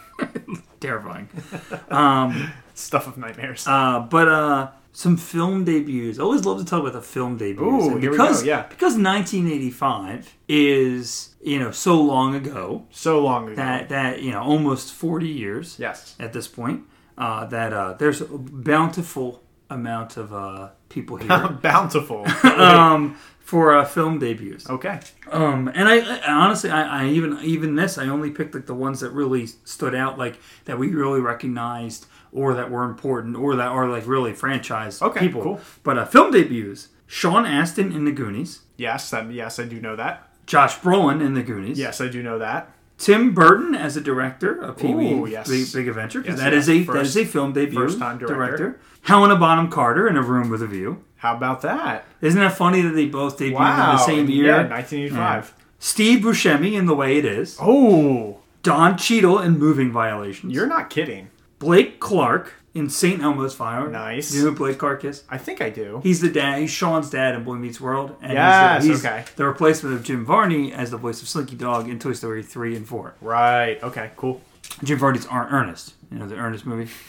[SPEAKER 1] Terrifying.
[SPEAKER 2] Stuff of nightmares.
[SPEAKER 1] Uh, but uh, some film debuts. I always love to talk about the film debuts.
[SPEAKER 2] Ooh,
[SPEAKER 1] And
[SPEAKER 2] here we
[SPEAKER 1] because,
[SPEAKER 2] go, yeah.
[SPEAKER 1] Because 1985 is, you know, so long ago
[SPEAKER 2] so long ago.
[SPEAKER 1] that, that you know, almost 40 years
[SPEAKER 2] yes.
[SPEAKER 1] at this point, uh, that uh, there's a bountiful amount of uh, people here
[SPEAKER 2] Bountiful.
[SPEAKER 1] um, for uh, film debuts.
[SPEAKER 2] okay.
[SPEAKER 1] Um, and I, I honestly, I, I even even this, I only picked like the ones that really stood out, like that we really recognized, or that were important, or that are like really franchise
[SPEAKER 2] Okay,
[SPEAKER 1] people.
[SPEAKER 2] cool.
[SPEAKER 1] But uh, film debuts: Sean Astin in The Goonies,
[SPEAKER 2] Yes. That, yes, I do know that.
[SPEAKER 1] Josh Brolin in The Goonies,
[SPEAKER 2] Yes, I do know that.
[SPEAKER 1] Tim Burton as a director of Pee
[SPEAKER 2] Ooh,
[SPEAKER 1] Wee
[SPEAKER 2] yes.
[SPEAKER 1] Big, Big Adventure, because
[SPEAKER 2] Yes,
[SPEAKER 1] that
[SPEAKER 2] yeah.
[SPEAKER 1] is a that is
[SPEAKER 2] First-
[SPEAKER 1] a film debut.
[SPEAKER 2] first-time director.
[SPEAKER 1] Helena Bonham Carter in A Room with a View.
[SPEAKER 2] How about that?
[SPEAKER 1] Isn't that funny that they both debuted in
[SPEAKER 2] Wow.
[SPEAKER 1] the same year?
[SPEAKER 2] Yeah, 1985.
[SPEAKER 1] Steve Buscemi in The Way It Is.
[SPEAKER 2] Oh,
[SPEAKER 1] Don Cheadle in Moving Violations.
[SPEAKER 2] you're not kidding.
[SPEAKER 1] Blake Clark in St. Elmo's Fire.
[SPEAKER 2] Nice.
[SPEAKER 1] Do you know who Blake Clark is?
[SPEAKER 2] I think I do.
[SPEAKER 1] He's the dad. He's Sean's dad in Boy Meets World. And he's the-
[SPEAKER 2] Yes,
[SPEAKER 1] he's
[SPEAKER 2] okay.
[SPEAKER 1] The replacement of Jim Varney as the voice of Slinky Dog in Toy Story 3 and 4.
[SPEAKER 2] Right. Okay. Cool.
[SPEAKER 1] Jim Varney's Ar- Ernest. You know, the Ernest movie.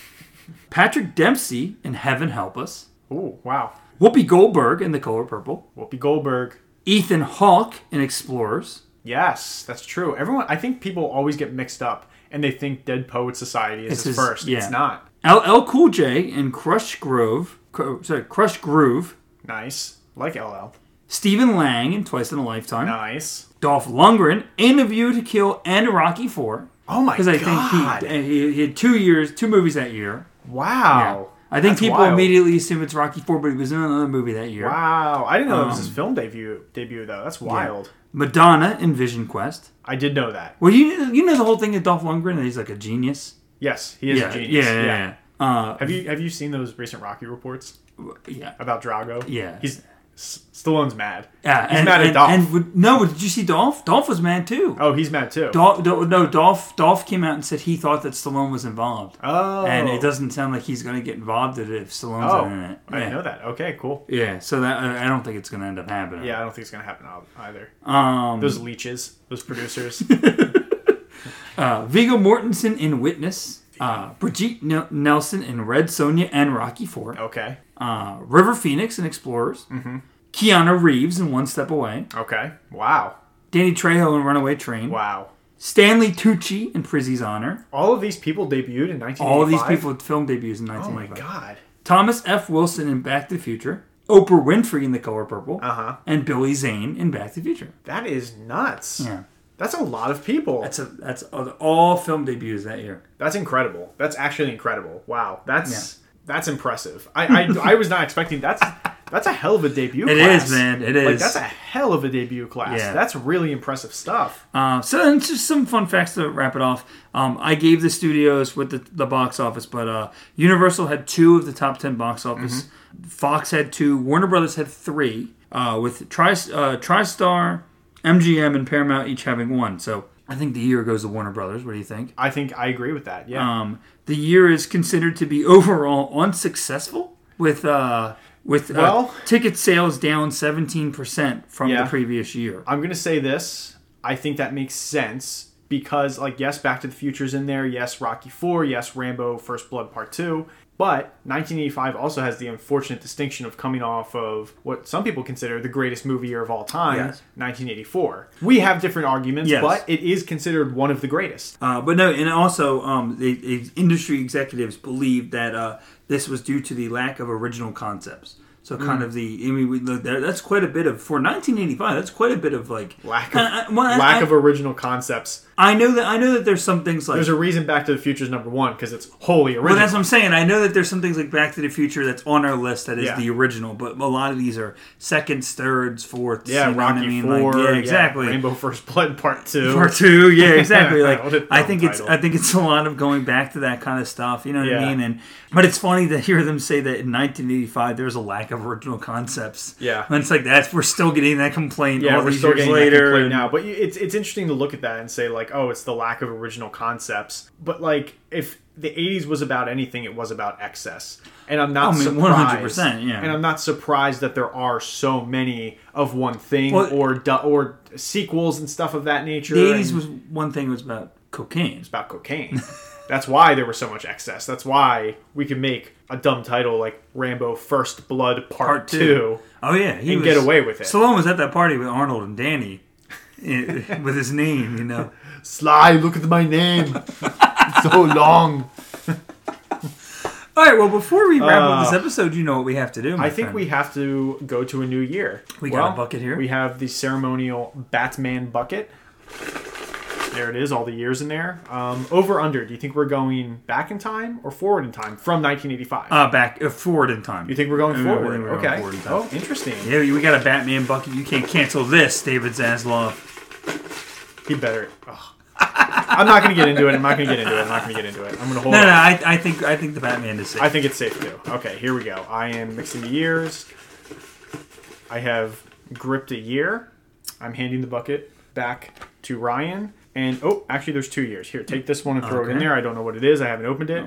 [SPEAKER 1] Patrick Dempsey in Heaven Help Us.
[SPEAKER 2] Ooh. Wow.
[SPEAKER 1] Whoopi Goldberg in The Color Purple.
[SPEAKER 2] Whoopi Goldberg.
[SPEAKER 1] Ethan Hawke in Explorers.
[SPEAKER 2] Yes, that's true. Everyone, I think people always get mixed up and they think Dead Poet Society is
[SPEAKER 1] It's
[SPEAKER 2] his
[SPEAKER 1] his-
[SPEAKER 2] first. It's
[SPEAKER 1] yeah.
[SPEAKER 2] not.
[SPEAKER 1] LL Cool J in Crush Grove. Cro- sorry, Crush Groove.
[SPEAKER 2] Nice. Like LL.
[SPEAKER 1] Stephen Lang in Twice in a Lifetime.
[SPEAKER 2] Nice.
[SPEAKER 1] Dolph Lundgren in A View to Kill and Rocky Four.
[SPEAKER 2] Oh my
[SPEAKER 1] Because I
[SPEAKER 2] god.
[SPEAKER 1] think he, he he had two years, two movies that year.
[SPEAKER 2] wow.
[SPEAKER 1] I think
[SPEAKER 2] That's
[SPEAKER 1] people
[SPEAKER 2] wild.
[SPEAKER 1] immediately assume it's Rocky Four, but he was in another movie that year.
[SPEAKER 2] Wow. I didn't know that was his
[SPEAKER 1] Um,
[SPEAKER 2] film debut debut though. That's wild.
[SPEAKER 1] Madonna in Vision Quest.
[SPEAKER 2] I did know that.
[SPEAKER 1] Well, you you know the whole thing of Dolph Lundgren that he's like a genius.
[SPEAKER 2] Yes, he is a genius.
[SPEAKER 1] yeah, yeah, yeah. Uh,
[SPEAKER 2] Have you have you seen those recent Rocky reports
[SPEAKER 1] yeah.
[SPEAKER 2] about Drago?
[SPEAKER 1] Yeah.
[SPEAKER 2] He's S- Stallone's mad.
[SPEAKER 1] Yeah,
[SPEAKER 2] He's
[SPEAKER 1] and,
[SPEAKER 2] mad at
[SPEAKER 1] and,
[SPEAKER 2] Dolph.
[SPEAKER 1] And would- no, did you see Dolph? Dolph was mad too.
[SPEAKER 2] Oh, he's mad too.
[SPEAKER 1] Dolph, Dol- no, Dolph. Dolph came out and said he thought that Stallone was involved,
[SPEAKER 2] oh.
[SPEAKER 1] and it doesn't sound like he's going to get involved in it if Stallone's
[SPEAKER 2] Oh.
[SPEAKER 1] in it.
[SPEAKER 2] I
[SPEAKER 1] Yeah.
[SPEAKER 2] didn't know that. Okay, cool.
[SPEAKER 1] Yeah, so that I I don't think it's going to end up happening.
[SPEAKER 2] Yeah, I don't think it's gonna happen either.
[SPEAKER 1] Um.
[SPEAKER 2] Those leeches, those producers.
[SPEAKER 1] Uh, Viggo Mortensen in Witness. Uh, Brigitte N- Nelson in Red Sonja and Rocky Four.
[SPEAKER 2] Okay.
[SPEAKER 1] Uh, River Phoenix in Explorers.
[SPEAKER 2] Mm-hmm.
[SPEAKER 1] Keanu Reeves in One Step Away.
[SPEAKER 2] Okay. Wow.
[SPEAKER 1] Danny Trejo in Runaway Train.
[SPEAKER 2] Wow.
[SPEAKER 1] Stanley Tucci in Prizzy's Honor.
[SPEAKER 2] All of these people debuted in 1985.
[SPEAKER 1] All these people with film debuts in
[SPEAKER 2] Oh my
[SPEAKER 1] 1985.
[SPEAKER 2] god.
[SPEAKER 1] Thomas F. Wilson in Back to the Future. Oprah Winfrey in The Color Purple.
[SPEAKER 2] Uh-huh.
[SPEAKER 1] And Billy Zane in Back to the Future.
[SPEAKER 2] That is nuts.
[SPEAKER 1] Yeah.
[SPEAKER 2] That's a lot of people.
[SPEAKER 1] That's a, that's all film debuts that year.
[SPEAKER 2] That's incredible. That's actually incredible. Wow. That's that's impressive. I, I I was not expecting that's that's a hell of a debut
[SPEAKER 1] It
[SPEAKER 2] class.
[SPEAKER 1] is, man. It
[SPEAKER 2] Like
[SPEAKER 1] is.
[SPEAKER 2] that's a hell of a debut class.
[SPEAKER 1] Yeah.
[SPEAKER 2] That's really impressive stuff.
[SPEAKER 1] Uh, so then it's just some fun facts to wrap it off. Um, I gave the studios with the, the box office, but uh, Universal had two of the top ten box office.
[SPEAKER 2] Mm-hmm.
[SPEAKER 1] Fox had two. Warner Brothers had three. Uh, with Tri uh, TriStar, MGM, and Paramount each having one. So I think the year goes to Warner Brothers. What do you think?
[SPEAKER 2] I think I agree with that. Yeah.
[SPEAKER 1] Um, the year is considered to be overall unsuccessful with uh, with uh,
[SPEAKER 2] Well-
[SPEAKER 1] ticket sales down seventeen percent from
[SPEAKER 2] Yeah.
[SPEAKER 1] the previous year.
[SPEAKER 2] I'm gonna say this. I think that makes sense because like yes, Back to the Future's in there, yes, Rocky Four, yes, Rambo First Blood Part Two. But 1985 also has the unfortunate distinction of coming off of what some people consider the greatest movie year of all time,
[SPEAKER 1] Yes.
[SPEAKER 2] 1984. We have different arguments,
[SPEAKER 1] Yes.
[SPEAKER 2] but it is considered one of the greatest.
[SPEAKER 1] Uh, but no, and also um, the, the industry executives believed that uh, this was due to the lack of original concepts. So
[SPEAKER 2] Mm.
[SPEAKER 1] kind of the I mean we, there- that's quite a bit of for 1985. That's quite a bit of like
[SPEAKER 2] Lack
[SPEAKER 1] And I-
[SPEAKER 2] of
[SPEAKER 1] well, I-
[SPEAKER 2] lack
[SPEAKER 1] I-
[SPEAKER 2] of original concepts.
[SPEAKER 1] I know that I know that there's some things like
[SPEAKER 2] There's a reason Back to the Future's number one because it's wholly original.
[SPEAKER 1] well that's what I'm saying. I know that there's some things like Back to the Future that's on our list that is
[SPEAKER 2] Yeah.
[SPEAKER 1] the original, but a lot of these are seconds, thirds, fourths.
[SPEAKER 2] yeah,
[SPEAKER 1] you know
[SPEAKER 2] Rocky
[SPEAKER 1] what I mean?
[SPEAKER 2] Four.
[SPEAKER 1] Like, yeah,
[SPEAKER 2] yeah,
[SPEAKER 1] exactly.
[SPEAKER 2] Rainbow First Blood Part Two.
[SPEAKER 1] Part two, yeah, exactly.
[SPEAKER 2] What a
[SPEAKER 1] Like I think
[SPEAKER 2] dumb
[SPEAKER 1] it's
[SPEAKER 2] title.
[SPEAKER 1] I think it's a lot of going back to that kind of stuff. You know what
[SPEAKER 2] Yeah.
[SPEAKER 1] I mean? And but it's funny to hear them say that in 1985 there was a lack of original concepts.
[SPEAKER 2] Yeah.
[SPEAKER 1] and it's like that's we're still getting that complaint.
[SPEAKER 2] yeah,
[SPEAKER 1] all
[SPEAKER 2] we're
[SPEAKER 1] these
[SPEAKER 2] still
[SPEAKER 1] years
[SPEAKER 2] getting
[SPEAKER 1] later
[SPEAKER 2] later that complaint
[SPEAKER 1] and-
[SPEAKER 2] now, but you- it's it's interesting to look at that and say like, oh, it's the lack of original concepts. But like, if the '80s was about anything, it was about excess, and I'm not
[SPEAKER 1] Oh, I mean,
[SPEAKER 2] surprised.
[SPEAKER 1] 100%, yeah.
[SPEAKER 2] and I'm not surprised that there are so many of one thing
[SPEAKER 1] Well-
[SPEAKER 2] or du- or sequels and stuff of that nature.
[SPEAKER 1] The 80s
[SPEAKER 2] and
[SPEAKER 1] was one thing was about cocaine.
[SPEAKER 2] about cocaine. That's why there was so much excess. That's why we could make a dumb title like Rambo: First Blood Part,
[SPEAKER 1] Part two.
[SPEAKER 2] Two.
[SPEAKER 1] Oh yeah, he
[SPEAKER 2] And
[SPEAKER 1] was-
[SPEAKER 2] get away with it.
[SPEAKER 1] Stallone was at that party with Arnold and Danny. eh, with his name, you know.
[SPEAKER 2] Sly, look at my name. It's so long.
[SPEAKER 1] All right. Well, before we wrap
[SPEAKER 2] Uh,
[SPEAKER 1] up this episode, you know what we have to do. my
[SPEAKER 2] I think
[SPEAKER 1] friend.
[SPEAKER 2] we have to go to a new year.
[SPEAKER 1] We got a bucket here.
[SPEAKER 2] We have the ceremonial Batman bucket. There it is, all the years in there. Um, over under, do you think we're going back in time or forward in time from 1985?
[SPEAKER 1] uh, back uh, forward in time.
[SPEAKER 2] you think we're going
[SPEAKER 1] I think
[SPEAKER 2] forward?
[SPEAKER 1] we're going
[SPEAKER 2] okay.
[SPEAKER 1] forward in time.
[SPEAKER 2] oh, interesting.
[SPEAKER 1] Yeah, we got a Batman bucket. You can't cancel this, David Zaslav.
[SPEAKER 2] He better. ugh. I'm not going to get into it. I'm not going to get into it. I'm not going to get into it. I'm going to hold
[SPEAKER 1] No,
[SPEAKER 2] on.
[SPEAKER 1] no, I, I think I think the Batman is safe.
[SPEAKER 2] I think it's safe too. Okay, here we go. I am mixing the years. I have gripped a year. I'm handing the bucket back to Ryan. And oh, actually, there's two years. Here, take this one and throw it in
[SPEAKER 1] Okay. Um,
[SPEAKER 2] there. I don't know what it is. I haven't opened it.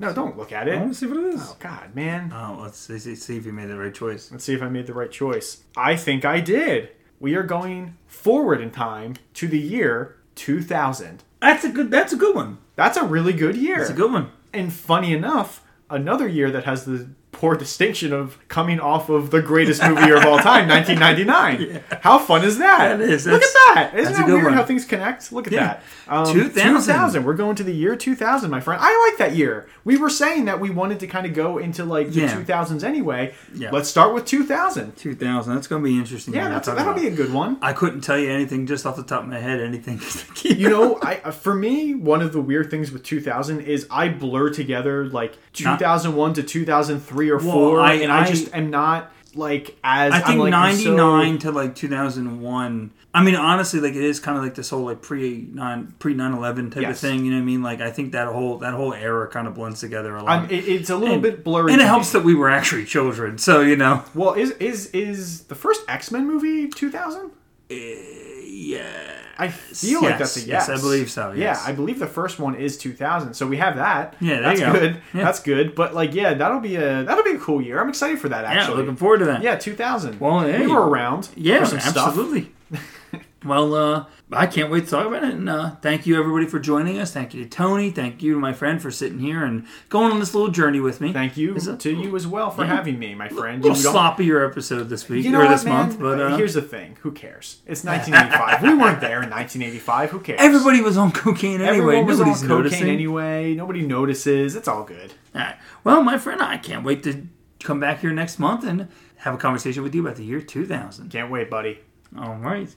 [SPEAKER 2] No, don't look at it.
[SPEAKER 1] to see what it is.
[SPEAKER 2] Oh, God, man.
[SPEAKER 1] Oh, let's see, see- see if you made the right choice.
[SPEAKER 2] Let's see if I made the right choice. I think I did. We are going forward in time to the year 2000.
[SPEAKER 1] That's a good. That's a good one.
[SPEAKER 2] That's a really good year.
[SPEAKER 1] That's a good one.
[SPEAKER 2] And funny enough, another year that has the poor distinction of coming off of the greatest movie year of all time, 1999. How fun is that?
[SPEAKER 1] That is.
[SPEAKER 2] Look at
[SPEAKER 1] That's-
[SPEAKER 2] that. Isn't
[SPEAKER 1] that's a
[SPEAKER 2] that
[SPEAKER 1] good
[SPEAKER 2] weird
[SPEAKER 1] one.
[SPEAKER 2] how things connect? Look at
[SPEAKER 1] Yeah.
[SPEAKER 2] that. Um,
[SPEAKER 1] 2000.
[SPEAKER 2] 2000. We're going to the year 2000, my friend. I like that year. We were saying that we wanted to kind of go into like the
[SPEAKER 1] Yeah.
[SPEAKER 2] 2000s anyway.
[SPEAKER 1] Yeah.
[SPEAKER 2] Let's start with 2000.
[SPEAKER 1] Two thousand. That's gonna be interesting.
[SPEAKER 2] Yeah,
[SPEAKER 1] to
[SPEAKER 2] that's,
[SPEAKER 1] talk
[SPEAKER 2] that'll
[SPEAKER 1] about.
[SPEAKER 2] be a good one.
[SPEAKER 1] I couldn't tell you anything just off the top of my head. Anything.
[SPEAKER 2] You know, I uh, for me, one of the weird things with 2000 is I blur together like 2001 to 2003 or
[SPEAKER 1] Well,
[SPEAKER 2] four,
[SPEAKER 1] I-
[SPEAKER 2] and I,
[SPEAKER 1] I-
[SPEAKER 2] just am not like as
[SPEAKER 1] I
[SPEAKER 2] am
[SPEAKER 1] think
[SPEAKER 2] like, I'm
[SPEAKER 1] ninety
[SPEAKER 2] so-
[SPEAKER 1] nine to like two thousand one. I mean, honestly, like it is kind of like this whole like pre nine pre nine eleven type
[SPEAKER 2] Yes.
[SPEAKER 1] of thing. You know what I mean? Like I think that whole that whole era kind of blends together a lot.
[SPEAKER 2] I'm, it, it's a little bit blurry,
[SPEAKER 1] and it
[SPEAKER 2] to
[SPEAKER 1] helps
[SPEAKER 2] me.
[SPEAKER 1] that we were actually children. So you know.
[SPEAKER 2] well, is is is the first X Men movie 2000?
[SPEAKER 1] Yeah.
[SPEAKER 2] I feel like that's a yes.
[SPEAKER 1] Uh, Yes, I believe so, yes.
[SPEAKER 2] Yeah, I believe the first one is 2000. So we have that.
[SPEAKER 1] Yeah, there
[SPEAKER 2] that's
[SPEAKER 1] you go.
[SPEAKER 2] good.
[SPEAKER 1] Yeah.
[SPEAKER 2] That's good. But like, yeah, that'll be a that'll be a cool year. I'm excited for that.
[SPEAKER 1] Yeah,
[SPEAKER 2] Actually,
[SPEAKER 1] looking forward to that.
[SPEAKER 2] yeah, 2000.
[SPEAKER 1] Well, hey.
[SPEAKER 2] we were around.
[SPEAKER 1] Yeah,
[SPEAKER 2] for some stuff.
[SPEAKER 1] absolutely. well, uh, I can't wait to talk about it. And uh, thank you, everybody, for joining us. Thank you to Tony. Thank you to my friend for sitting here and going on this little journey with me.
[SPEAKER 2] Thank you
[SPEAKER 1] Is it-
[SPEAKER 2] to you as well for having me, my friend.
[SPEAKER 1] A little
[SPEAKER 2] You don't-
[SPEAKER 1] sloppier episode this week
[SPEAKER 2] You know
[SPEAKER 1] or
[SPEAKER 2] what,
[SPEAKER 1] this
[SPEAKER 2] man?
[SPEAKER 1] month, but
[SPEAKER 2] Uh,
[SPEAKER 1] uh,
[SPEAKER 2] here's the thing: who cares? It's 1985. we weren't there in 1985. Who cares?
[SPEAKER 1] everybody was on cocaine
[SPEAKER 2] Everyone
[SPEAKER 1] anyway.
[SPEAKER 2] was
[SPEAKER 1] Nobody's
[SPEAKER 2] on cocaine
[SPEAKER 1] noticing.
[SPEAKER 2] anyway. Nobody notices. It's all good.
[SPEAKER 1] All right. Well, my friend, I can't wait to come back here next month and have a conversation with you about the year 2000.
[SPEAKER 2] Can't wait, buddy.
[SPEAKER 1] All right.